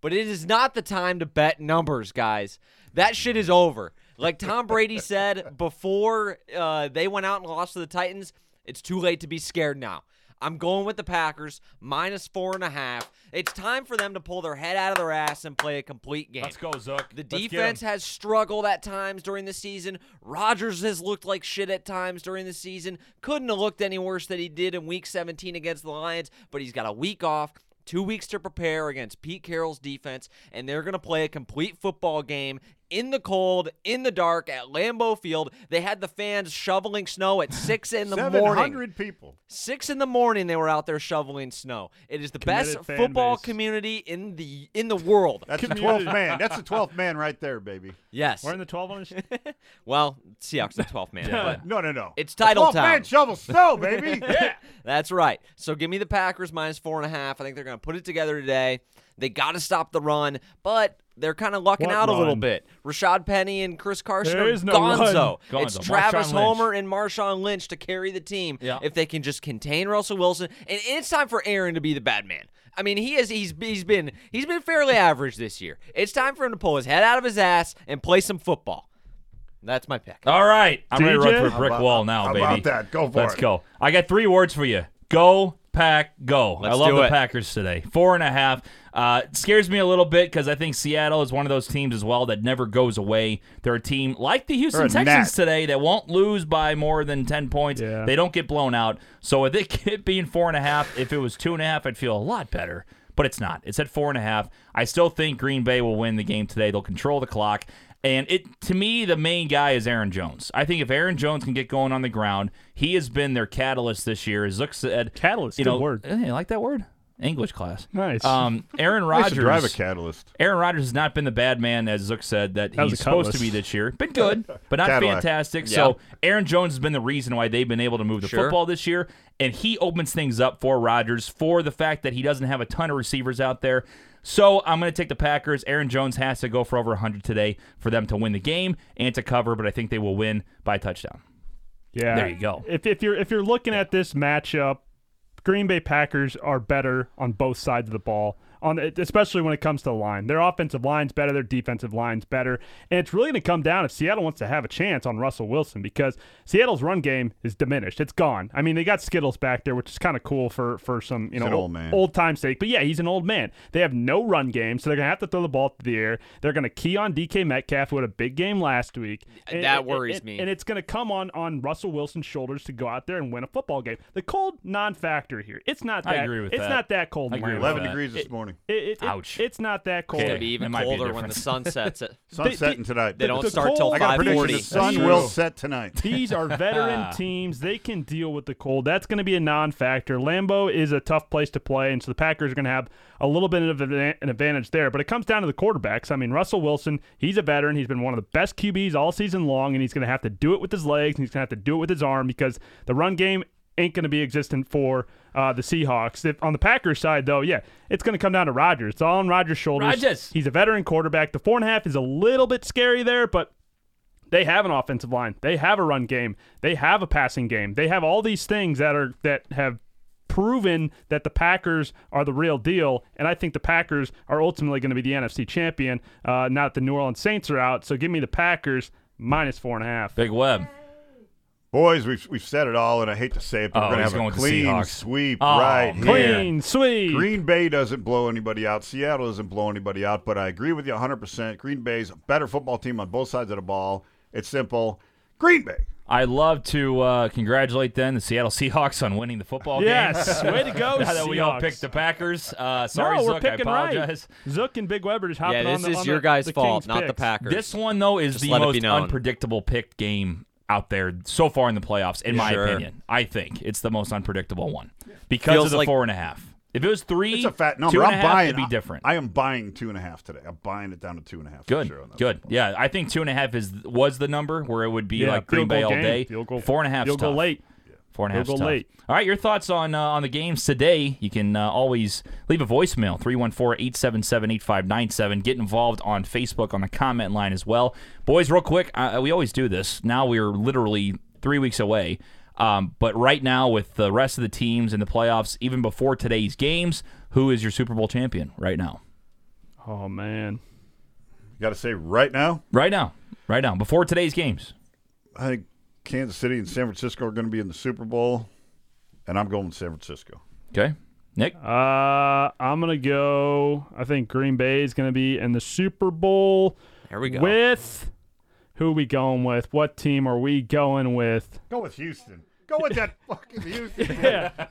S4: But it is not the time to bet numbers, guys. That shit is over. Like
S1: [LAUGHS]
S4: Tom Brady said before uh, they went out and lost to the Titans, it's too late to be scared now. I'm going with the Packers, minus four and a half. It's time for them to pull their head out of their ass and play a complete game.
S1: Let's go, Zook.
S4: The
S1: Let's get 'em.
S4: defense has struggled at times during the season. Rodgers has looked like shit at times during the season. Couldn't have looked any worse than he did in week 17 against the Lions, but he's got a week off. Two weeks to prepare against Pete Carroll's defense, and they're going to play a complete football game in the cold, in the dark, at Lambeau Field. They had the fans shoveling snow at 6 in the morning.
S3: 700 people.
S4: Six in the morning, they were out there shoveling snow. It is the best
S2: Committed fan
S4: football
S2: base.
S4: community in the in the world.
S3: That's the 12th [LAUGHS] man. That's the 12th man right there, baby.
S4: Yes.
S2: We're in the
S1: [LAUGHS]
S2: twelve on. the-
S4: Well, Seahawks the 12th
S3: [LAUGHS]
S4: man. but
S3: No, no, no.
S4: It's title
S3: the 12th man
S4: time.
S3: shovel snow,
S4: [LAUGHS]
S3: baby. yeah.
S4: that's right. So give me the Packers minus four and a half. I think they're going to put it together today. They got to stop the run, but they're kind of lucking
S2: What
S4: out a little
S2: run?
S4: bit. Rashad Penny and Chris Carson
S2: There
S4: are
S2: is no
S4: gonzo.
S1: run.
S4: It's
S1: Gonzo. Marshawn
S4: Travis
S1: Lynch.
S4: Homer and Marshawn Lynch to carry the team.
S1: Yeah.
S4: If they can just contain Russell Wilson, and it's time for Aaron to be the bad man. I mean, he is he's he's been he's been fairly average this year. It's time for him to pull his head out of his ass and play some football. That's my pick.
S1: All right, I'm ready to
S2: DJ?
S1: run through a brick
S3: How about-
S1: wall now,
S3: how
S1: baby.
S3: about that? Go for
S1: Let's
S3: it.
S1: go. I got three words for you. Go pack, go.
S4: Let's
S1: I love
S4: do
S1: the
S4: it.
S1: Packers today. Four and a half. Uh, it scares me a little bit because I think Seattle is one of those teams as well that never goes away. They're a team like the Houston
S3: They're a
S1: Texans
S3: gnat.
S1: today that won't lose by more than ten points.
S2: Yeah.
S1: They don't get blown out. So with it, [LAUGHS] it being four and a half, if it was two and a half, I'd feel a lot better. But it's not. It's at four and a half. I still think Green Bay will win the game today. They'll control the clock. And it to me, the main guy is Aaron Jones. I think if Aaron Jones can get going on the ground, he has been their catalyst this year. As Zook said,
S2: Catalyst,
S1: You
S2: good
S1: know,
S2: word.
S1: eh, You like that word? English class.
S2: Nice.
S1: Um, Aaron
S3: [LAUGHS] I should
S1: Rodgers.
S3: drive a catalyst.
S1: Aaron Rodgers has not been the bad man as Zook said that,
S2: was
S1: he's
S2: a
S1: supposed to
S2: cutlass.
S1: be this year. Been good, but not
S3: Cadillac.
S1: fantastic. So Aaron Jones has been the reason why they've been able to move the
S4: Sure.
S1: football this year, and he opens things up for Rodgers for the fact that he doesn't have a ton of receivers out there. So I'm going to take the Packers. Aaron Jones has to go for over 100 today for them to win the game and to cover, but I think they will win by a touchdown.
S2: Yeah.
S1: There you go.
S2: If if you're if you're looking at this matchup, Green Bay Packers are better on both sides of the ball. on, the, especially when it comes to line. Their offensive line's better, their defensive line's better, and it's really going to come down if Seattle wants to have a chance on Russell Wilson because Seattle's run game is diminished. It's gone. I mean, they got Skittles back there, which is kind of cool for for some you
S3: He's
S2: know
S3: an old man.
S2: old time sake. But yeah, he's an old man. They have no run game, so they're going to have to throw the ball to the air. They're going to key on DK Metcalf, who had a big game last week.
S4: That worries
S2: and-
S4: me.
S2: And it's going to come on on Russell Wilson's shoulders to go out there and win a football game. The cold non-factor here. It's not.
S1: I
S2: That,
S1: agree with
S2: It's
S1: that.
S2: not that cold.
S1: I
S2: in
S1: agree
S2: Miami.
S1: with
S3: 11
S1: that.
S3: degrees this morning.
S2: It, it- it-
S1: Ouch.
S2: It's not that cold.
S4: It's
S1: Okay.
S4: gonna be even
S1: That might be a
S4: colder when the
S1: difference. [LAUGHS]
S4: sun sets. It.
S3: Sun
S2: They-
S3: setting tonight.
S4: They don't
S2: the
S4: start till
S2: cold-
S3: I got a
S4: five
S3: prediction.
S4: forty.
S3: The
S2: That's
S3: sun
S2: true.
S3: will set tonight.
S2: [LAUGHS] These are veteran teams. They can deal with the cold. That's going to be a non-factor. Lambeau is a tough place to play, and so the Packers are going to have a little bit of an an advantage there. But it comes down to the quarterbacks. I mean, Russell Wilson, he's a veteran. He's been one of the best QBs all season long, and he's going to have to do it with his legs, and he's going to have to do it with his arm because the run game ain't going to be existent for uh, the Seahawks. If, on the Packers side, though, yeah, it's going to come down to Rodgers. It's all on Rodgers' shoulders.
S1: Rodgers.
S2: He's a veteran quarterback. The four and a half is a little bit scary there, but they have an offensive line. They have a run game. They have a passing game. They have all these things that are that have proven that the Packers are the real deal. And I think the Packers are ultimately going to be the NFC champion. Uh, not the New Orleans Saints are out. So give me the Packers minus four and a half.
S1: Big Web.
S3: Boys, we've, we've said it all, and I hate to say it, but
S1: Oh,
S3: we're
S1: he's
S3: going to
S1: going with
S3: have a
S1: the
S3: clean
S1: Seahawks.
S3: sweep
S1: Oh,
S3: right
S1: man.
S3: here.
S2: Clean, sweet.
S3: Green Bay doesn't blow anybody out. Seattle doesn't blow anybody out, but I agree with you 100%. Green Bay's a better football team on both sides of the ball. It's simple. Green Bay.
S1: I love to uh, congratulate then the Seattle Seahawks on winning the football
S2: Yes,
S1: game.
S2: way to go,
S1: [LAUGHS] Now that we all
S2: Seahawks.
S1: picked the Packers. Uh, sorry,
S2: No, we're
S1: Zook, I
S2: picking
S1: apologize.
S2: right. Zook and Big Weber just
S4: Yeah,
S2: hopping on
S4: this
S2: the on
S4: is your
S2: the-
S4: guys'
S2: the
S4: fault,
S2: Kings
S4: not the
S2: picks.
S4: Packers.
S1: This one though is the
S4: let it be
S1: most
S4: known.
S1: unpredictable picked game out there so far in the playoffs, in my
S4: Sure.
S1: opinion. I think it's the most unpredictable one because
S4: Feels
S1: of the
S4: like-
S1: four and a half. If it was three,
S3: It's a fat
S1: two
S3: number.
S1: and
S3: I'm
S1: a half,
S3: buying.
S1: it'd be
S3: I-
S1: different.
S3: I, am buying two and a half today. I'm buying it down to two and a half. for
S1: Good,
S3: sure on that
S1: good.
S3: one.
S1: Yeah, I think two and a half is was the number where it would be
S2: Yeah,
S1: like Green
S2: field
S1: Bay
S2: goal
S1: all
S2: game.
S1: day.
S2: Field goal-
S1: Four and a half.
S2: You'll go
S1: tough.
S2: late.
S1: Four and a half.
S2: We'll
S1: is
S2: go
S1: tough.
S2: late.
S1: All right, your thoughts on uh, on the games today. You can uh, always leave a voicemail 314-877-8597. Get involved on Facebook on the comment line as well. Boys, real quick, uh, we always do this. Now we're literally 3 weeks away. Um, but right now with the rest of the teams in the playoffs even before today's games, who is your Super Bowl champion right now?
S2: Oh man.
S3: You got to say right now,
S1: Right now. Right now before today's games.
S3: I think Kansas City and San Francisco are going to be in the Super Bowl, and I'm going with San Francisco.
S1: Okay? Nick,
S2: Uh, I'm gonna go. I think Green Bay is gonna be in the Super Bowl
S4: There we go.
S2: with who we going with? What team are we going with?
S3: Go with Houston. Go with
S1: [LAUGHS]
S3: that fucking Houston.
S2: [LAUGHS]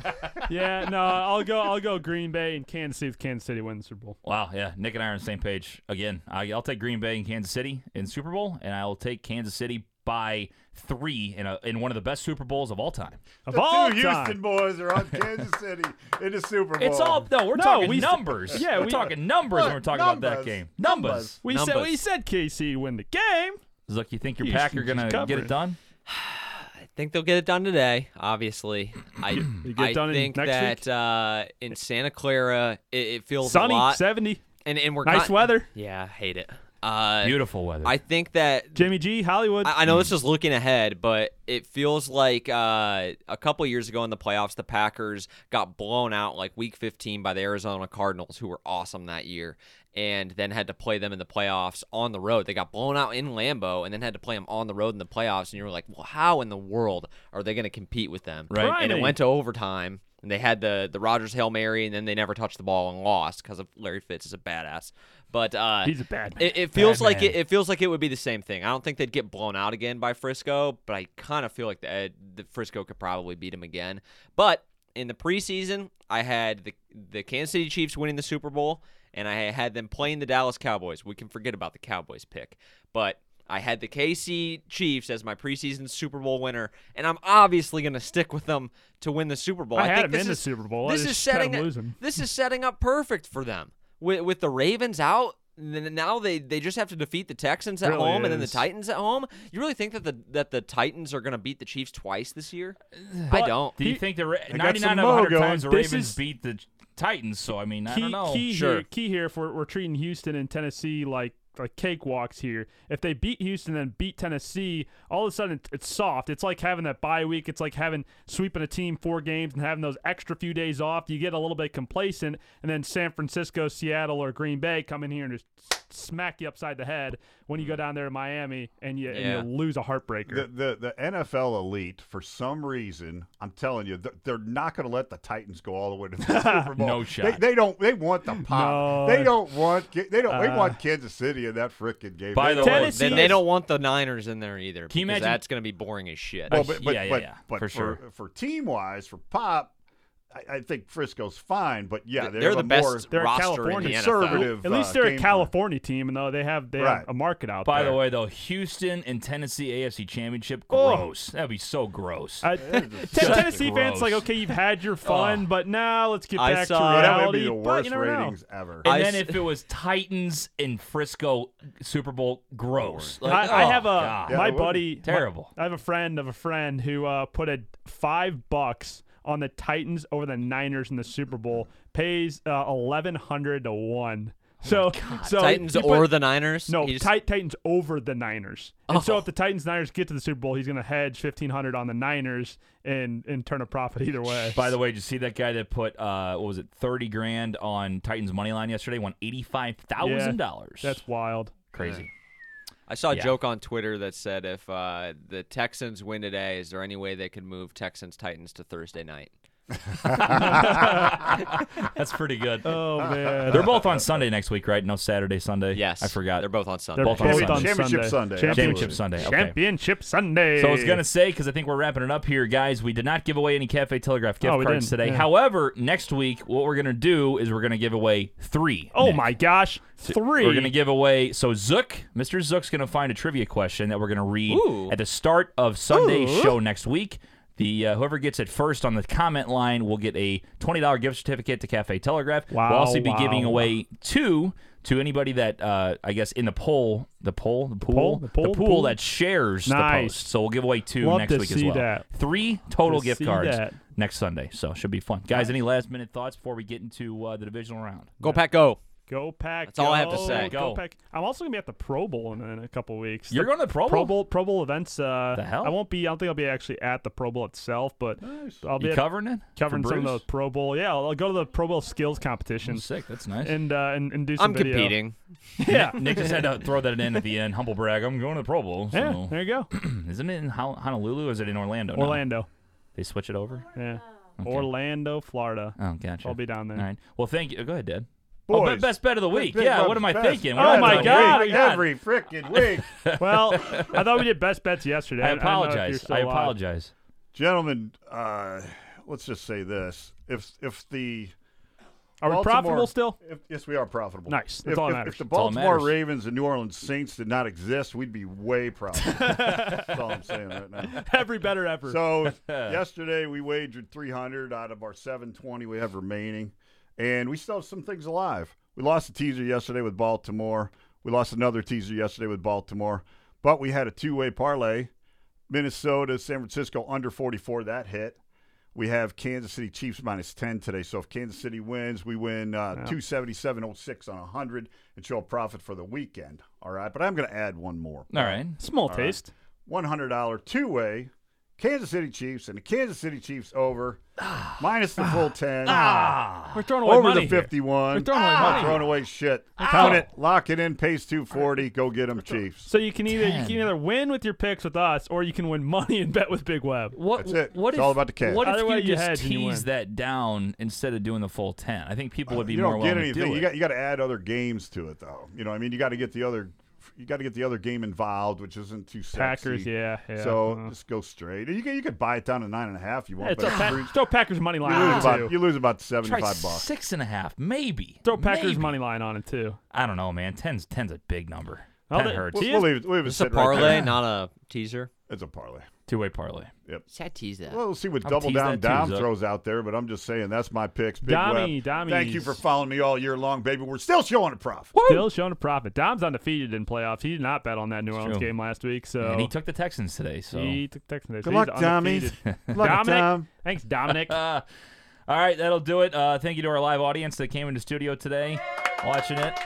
S2: Yeah, no, I'll go. I'll go Green Bay and Kansas City. If Kansas City wins the Super Bowl.
S1: Wow, yeah, Nick and I are on the same page again. I, I'll take Green Bay and Kansas City in Super Bowl, and I will take Kansas City by three in a, in one of the best Super Bowls of all time.
S2: Of
S3: The
S2: all
S3: two
S2: time.
S3: Houston boys are on Kansas City in the Super Bowl.
S1: It's all no, we're
S2: No,
S1: talking
S2: we-
S1: numbers.
S2: yeah,
S1: we're
S2: we-
S1: talking numbers when we're talking about that
S3: Numbers.
S1: game. Numbers.
S2: We said
S4: Numbers.
S2: we said KC win the game.
S1: Look, you think your
S2: You
S1: pack
S2: should
S1: are gonna
S2: just cover
S1: get it
S2: it.
S1: done?
S4: I think they'll get it done today. Obviously,
S2: [CLEARS THROAT]
S4: I
S2: get
S4: I
S2: done in
S4: think
S2: next
S4: that
S2: week?
S4: uh, in Santa Clara it, it feels a
S2: Sunny
S4: lot,
S2: seventy,
S4: and and we're
S2: nice
S4: kind-
S2: weather.
S4: Yeah, I hate it. Uh,
S1: Beautiful weather.
S4: I think that
S2: Jimmy G, Hollywood.
S4: I, I know this is looking ahead, but it feels like uh, a couple years ago in the playoffs, the Packers got blown out like week 15 by the Arizona Cardinals, who were awesome that year, and then had to play them in the playoffs on the road. They got blown out in Lambeau and then had to play them on the road in the playoffs, and you were like, well, how in the world are they going to compete with them?
S1: Right.
S4: And it
S2: Blimey.
S4: went to overtime. And they had the the Rogers Hail Mary, and then they never touched the ball and lost because of Larry Fitz is a badass. But uh,
S2: He's a bad man.
S4: it, it feels like
S1: man.
S4: it, it feels like it would be the same thing. I don't think they'd get blown out again by Frisco, but I kind of feel like the, uh, the Frisco could probably beat them again. But in the preseason, I had the the Kansas City Chiefs winning the Super Bowl, and I had them playing the Dallas Cowboys. We can forget about the Cowboys pick, but I had the KC Chiefs as my preseason Super Bowl winner, and I'm obviously going to stick with them to win the Super Bowl.
S2: I had them
S4: think this
S2: in the
S4: is-
S2: Super Bowl. I
S4: This is
S2: just had
S4: setting
S2: them
S4: up-
S2: losing.
S4: this is setting up perfect for them with with the Ravens out. n- Now they, they just have to defeat the Texans at
S2: Really
S4: home and then the
S2: is.
S4: Titans at home. You really think that the that the Titans are going to beat the Chiefs twice this year? I don't.
S1: Do you think the Ra-
S3: some
S1: 99 out of
S3: mo
S1: 100
S3: going.
S1: times the
S2: This
S1: Ravens
S2: is-
S1: beat the Titans? So I mean, I
S2: key,
S1: don't know.
S2: key
S4: Sure.
S2: here, key here. If we're, we're treating Houston and Tennessee like like cakewalks here. If they beat Houston and beat Tennessee, all of a sudden it- it's soft. It's like having that bye week. It's like having sweeping a team four games and having those extra few days off. You get a little bit complacent, and then San Francisco, Seattle, or Green Bay come in here and just s- smack you upside the head when you go down there to Miami and you,
S4: Yeah.
S2: and you lose a heartbreaker.
S3: The, the the NFL elite, for some reason, I'm telling you, they're, they're not going to let the Titans go all the way
S1: [LAUGHS]
S3: to the Super Bowl.
S1: No shot.
S3: They, they don't. They want the
S2: No.
S3: pop. They don't want. Ki- They don't. they want Kansas City in that freaking game.
S1: Uh. By
S3: They
S1: the
S3: don't-
S1: way,
S2: Tennessee-
S4: Then they don't want the Niners in there either.
S1: Can you
S4: because
S1: imagine-
S4: That's going to be boring as shit.
S3: Well,
S1: Uh,
S3: but, but,
S1: yeah, yeah,
S3: but,
S1: yeah,
S3: but
S1: for
S3: for,
S1: sure.
S3: for team wise, for pop, I, I think Frisco's fine. But yeah,
S4: They're,
S3: they
S4: the
S3: have a more-
S4: best
S2: they're a
S4: roster in the
S2: California
S4: NFL.
S3: conservative.
S2: At least
S3: uh,
S2: they're a
S3: game plan.
S2: California team, and though they have they
S3: Right.
S2: have a market out
S1: By
S2: there.
S1: the way, though, Houston and Tennessee AFC Championship,
S2: Oh.
S1: gross. That'd be so gross.
S3: [LAUGHS]
S2: Uh,
S1: Such
S2: Tennessee fans
S1: gross.
S2: like, okay, you've had your fun, but now let's get
S4: Oh. I
S2: back to
S4: saw- Yeah,
S3: That would
S2: reality.
S3: be the
S2: but
S3: worst
S2: you never know.
S3: ratings ever.
S1: and
S4: I
S1: then
S4: s-
S1: if it was Titans and Frisco Super Bowl, gross.
S2: I,
S1: Like,
S2: I
S1: oh,
S2: have a
S1: God.
S3: Yeah,
S2: my
S3: it would be
S2: buddy. my-
S1: Terrible.
S2: I have a friend of a friend who uh, put a five bucks on the Titans over the Niners in the Super Bowl. Pays uh, eleven hundred to one. So, so
S4: Oh Titans
S2: he put-
S4: or the Niners?
S2: No,
S4: He just-
S2: Ti- Titans over the Niners. And so
S4: Oh.
S2: if the Titans Niners get to the Super Bowl, he's going to hedge fifteen hundred on the Niners and and turn a profit either way.
S1: By the way, did you see that guy that put uh, what was it, thirty grand on Titans money line yesterday? Won eighty five thousand dollars.
S2: That's wild.
S1: crazy.
S4: I saw a
S1: Yeah.
S4: joke on Twitter that said if uh, the Texans win today, is there any way they could move Texans Titans to Thursday night?
S1: [LAUGHS] That's pretty good.
S3: [LAUGHS]
S2: Oh man,
S1: They're both on Sunday next week, right? No Saturday, Sunday.
S4: Yes,
S1: I forgot.
S4: They're both on Sunday.
S2: They're
S1: Both on Sunday.
S3: Championship Sunday.
S1: Championship
S3: Absolutely.
S1: Sunday. Okay.
S2: Championship Sunday.
S1: So I was gonna say because I think we're wrapping it up here, guys. We did not give away any Cafe Telegraph gift
S2: Oh, we
S1: cards
S2: didn't,
S1: today.
S2: yeah.
S1: However, next week what we're gonna do is we're gonna give away three.
S2: Oh
S1: Nick.
S2: my gosh, 3
S1: We're gonna give away. So Zook, Mr. Zook's gonna find a trivia question that we're gonna read
S4: Ooh.
S1: at the start of Sunday's show next week. The uh, whoever gets it first on the comment line will get a twenty dollar gift certificate to Cafe Telegraph.
S2: Wow,
S1: we'll also be
S2: wow,
S1: giving
S2: wow.
S1: away two to anybody that uh, I guess in the poll, the poll, the pool,
S2: poll, the poll, the pool.
S1: that shares the
S2: Nice.
S1: post. So we'll give away two
S2: Love
S1: next
S2: to
S1: week as
S2: see
S1: well.
S2: that.
S1: Three total
S2: To
S1: gift
S2: see
S1: cards
S2: that.
S1: next Sunday. So should be fun, guys. Any last minute thoughts before we get into uh, the divisional round?
S4: Go Pack Go.
S2: Go pack.
S4: That's all I have to
S2: go,
S4: say.
S1: Go.
S2: Go pack. I'm also gonna be at the Pro Bowl in, in a couple weeks.
S1: You're
S2: The
S1: going to the Pro
S2: Pro
S1: Bowl?
S2: Bowl. Pro Bowl events. Uh,
S1: The hell?
S2: I won't be. I don't think I'll be actually at the Pro Bowl itself, but I'll be
S1: You
S2: at-
S1: covering it? For
S2: covering some of
S1: Bruce?
S2: the Pro Bowl. Yeah, I'll, I'll go to the Pro Bowl
S1: [LAUGHS]
S2: skills competition
S1: Sick. That's nice.
S2: and uh, and, and do some
S4: I'm
S2: video.
S4: competing.
S2: [LAUGHS]
S1: [LAUGHS]
S2: Yeah.
S1: Nick just had to throw that in at the end. Humble brag. I'm going to the Pro Bowl.
S2: Yeah,
S1: So. hmm,
S2: there you go.
S1: Isn't it in Hon- Honolulu? Or is it in Orlando? now?
S2: Orlando.
S1: They switch it over.
S2: Yeah. Orlando, Florida.
S1: Oh, gotcha.
S2: I'll be down there.
S1: All right. Well, thank you. Go ahead, Dad. oh,
S3: Boys.
S1: be- best bet of the week.
S3: Big
S1: yeah.
S3: Bub's
S1: What am I
S3: best
S1: thinking?
S3: bet
S1: What am
S2: Oh,
S1: I
S2: my
S1: doing?
S2: God,
S1: Every-
S3: Every, every freaking
S1: [LAUGHS]
S3: week.
S2: Well, I thought we did best bets yesterday.
S1: I
S2: don't know if you're
S1: apologize.
S2: still
S1: I
S2: alive.
S1: apologize.
S3: Gentlemen, uh, let's just say this. If if the
S2: Are we
S3: Baltimore-
S2: profitable still?
S3: If, yes, we are profitable.
S2: Nice. That's
S3: if,
S2: all that
S3: if-
S2: matters.
S3: if the
S2: That's
S1: all that
S3: Baltimore
S1: matters.
S3: Ravens and New Orleans Saints did not exist, we'd
S2: [LAUGHS]
S3: be way profitable. That's all I'm saying right now.
S2: Every better ever.
S3: So yesterday we wagered 300 out of our 720 we have remaining, and we still have some things alive. We lost a teaser yesterday with Baltimore. We lost another teaser yesterday with Baltimore, but we had a two-way parlay: Minnesota, San Francisco under 44. That hit. We have Kansas City Chiefs minus 10 today. So if Kansas City wins, we win uh, 277.06 on 100 and show a profit for the weekend. All right. But I'm going to add one more.
S1: All right.
S2: Small taste.
S3: $100 two way Kansas City Chiefs and the Kansas City Chiefs over minus the full
S2: We're
S3: 10
S2: Ah. throwing away
S3: over
S2: money
S3: the
S2: here.
S3: 51.
S2: We're throwing away money
S3: Not throwing away shit. Count it, lock it in, pays 240, go get them Chiefs.
S2: So you can either you
S1: Ten.
S2: can either win with your picks with us, or you can win money and bet with Big Web.
S1: What,
S3: That's it.
S1: What
S3: It's
S1: if,
S3: all about the cash.
S1: What if
S2: Either
S1: you,
S2: way, you
S1: just
S2: hedge and you win.
S1: tease that down instead of doing the full ten? I think people would be
S3: You
S1: more
S3: don't
S1: willing
S3: get
S1: to do
S3: anything.
S1: it.
S3: You got you got to add other games to it though. You know, I mean, you got to get the other you got to get the other game involved, which isn't too sexy.
S2: Packers, yeah, yeah.
S3: So
S2: Uh,
S3: just go straight. You can you could buy it down to nine and a half. If you want,
S2: yeah, throw,
S3: but
S2: Uh, pa-
S3: you lose-
S2: throw Packers money line
S3: you lose
S2: on it
S3: about
S2: too.
S3: you lose about
S1: Try
S3: seventy five bucks.
S1: six and a half, maybe.
S2: Throw Packers
S1: Maybe.
S2: money line on it too.
S1: I don't know, man. Ten's ten's a big number.
S2: Well,
S1: Ten
S2: they-
S1: hurts.
S3: We'll,
S2: See,
S3: we'll leave it. We'll leave it
S4: It's a
S3: sit right there.
S4: parlay, not a teaser.
S3: It's a parlay.
S1: Two way parlay.
S4: See, I tease that.
S3: Well, we'll see what
S1: I'll
S3: double
S1: tease
S3: down
S1: that too,
S3: down
S1: Zuck.
S3: throws out there, but I'm just saying that's my picks. Big
S2: Dommy,
S3: Web.
S2: Dommies.
S3: Thank you for following me all year long, baby. We're still showing a profit.
S2: Still showing a profit. Dom's undefeated in playoffs. He did not bet on that New Orleans
S1: true.
S2: game last week, so
S1: And he took the Texans today. So
S2: he took Texans. He's
S3: Good luck,
S1: [LAUGHS]
S2: undefeated.
S3: Dommies. Good luck,
S2: Dominic,
S3: Dom.
S2: thanks, Dominic.
S1: Uh, all right, that'll do it. Uh, thank you to our live audience that came into studio today, watching it.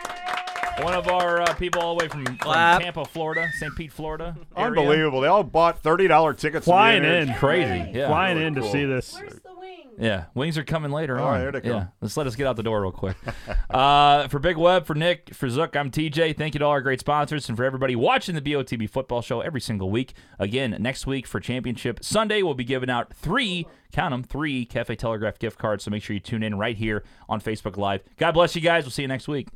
S1: One of our uh, people all the way from, from
S4: Clap.
S1: Tampa, Florida, St. Pete, Florida. area.
S3: Unbelievable. They all bought $30 tickets. to the
S2: Flying
S3: Inners.
S2: in.
S1: Crazy. Yeah.
S2: Flying in to
S3: cool.
S2: see this.
S5: Where's the wing?
S1: Yeah, wings are coming later
S3: Oh,
S1: on.
S3: there they come.
S1: Yeah, let's let us get out the door real quick. [LAUGHS] uh, for Big Web, for Nick, for Zook, I'm TJ. Thank you to all our great sponsors and for everybody watching the BOTB football show every single week. Again, next week for Championship Sunday, we'll be giving out three, count them, three Cafe Telegraph gift cards. So make sure you tune in right here on Facebook Live. God bless you guys. We'll see you next week.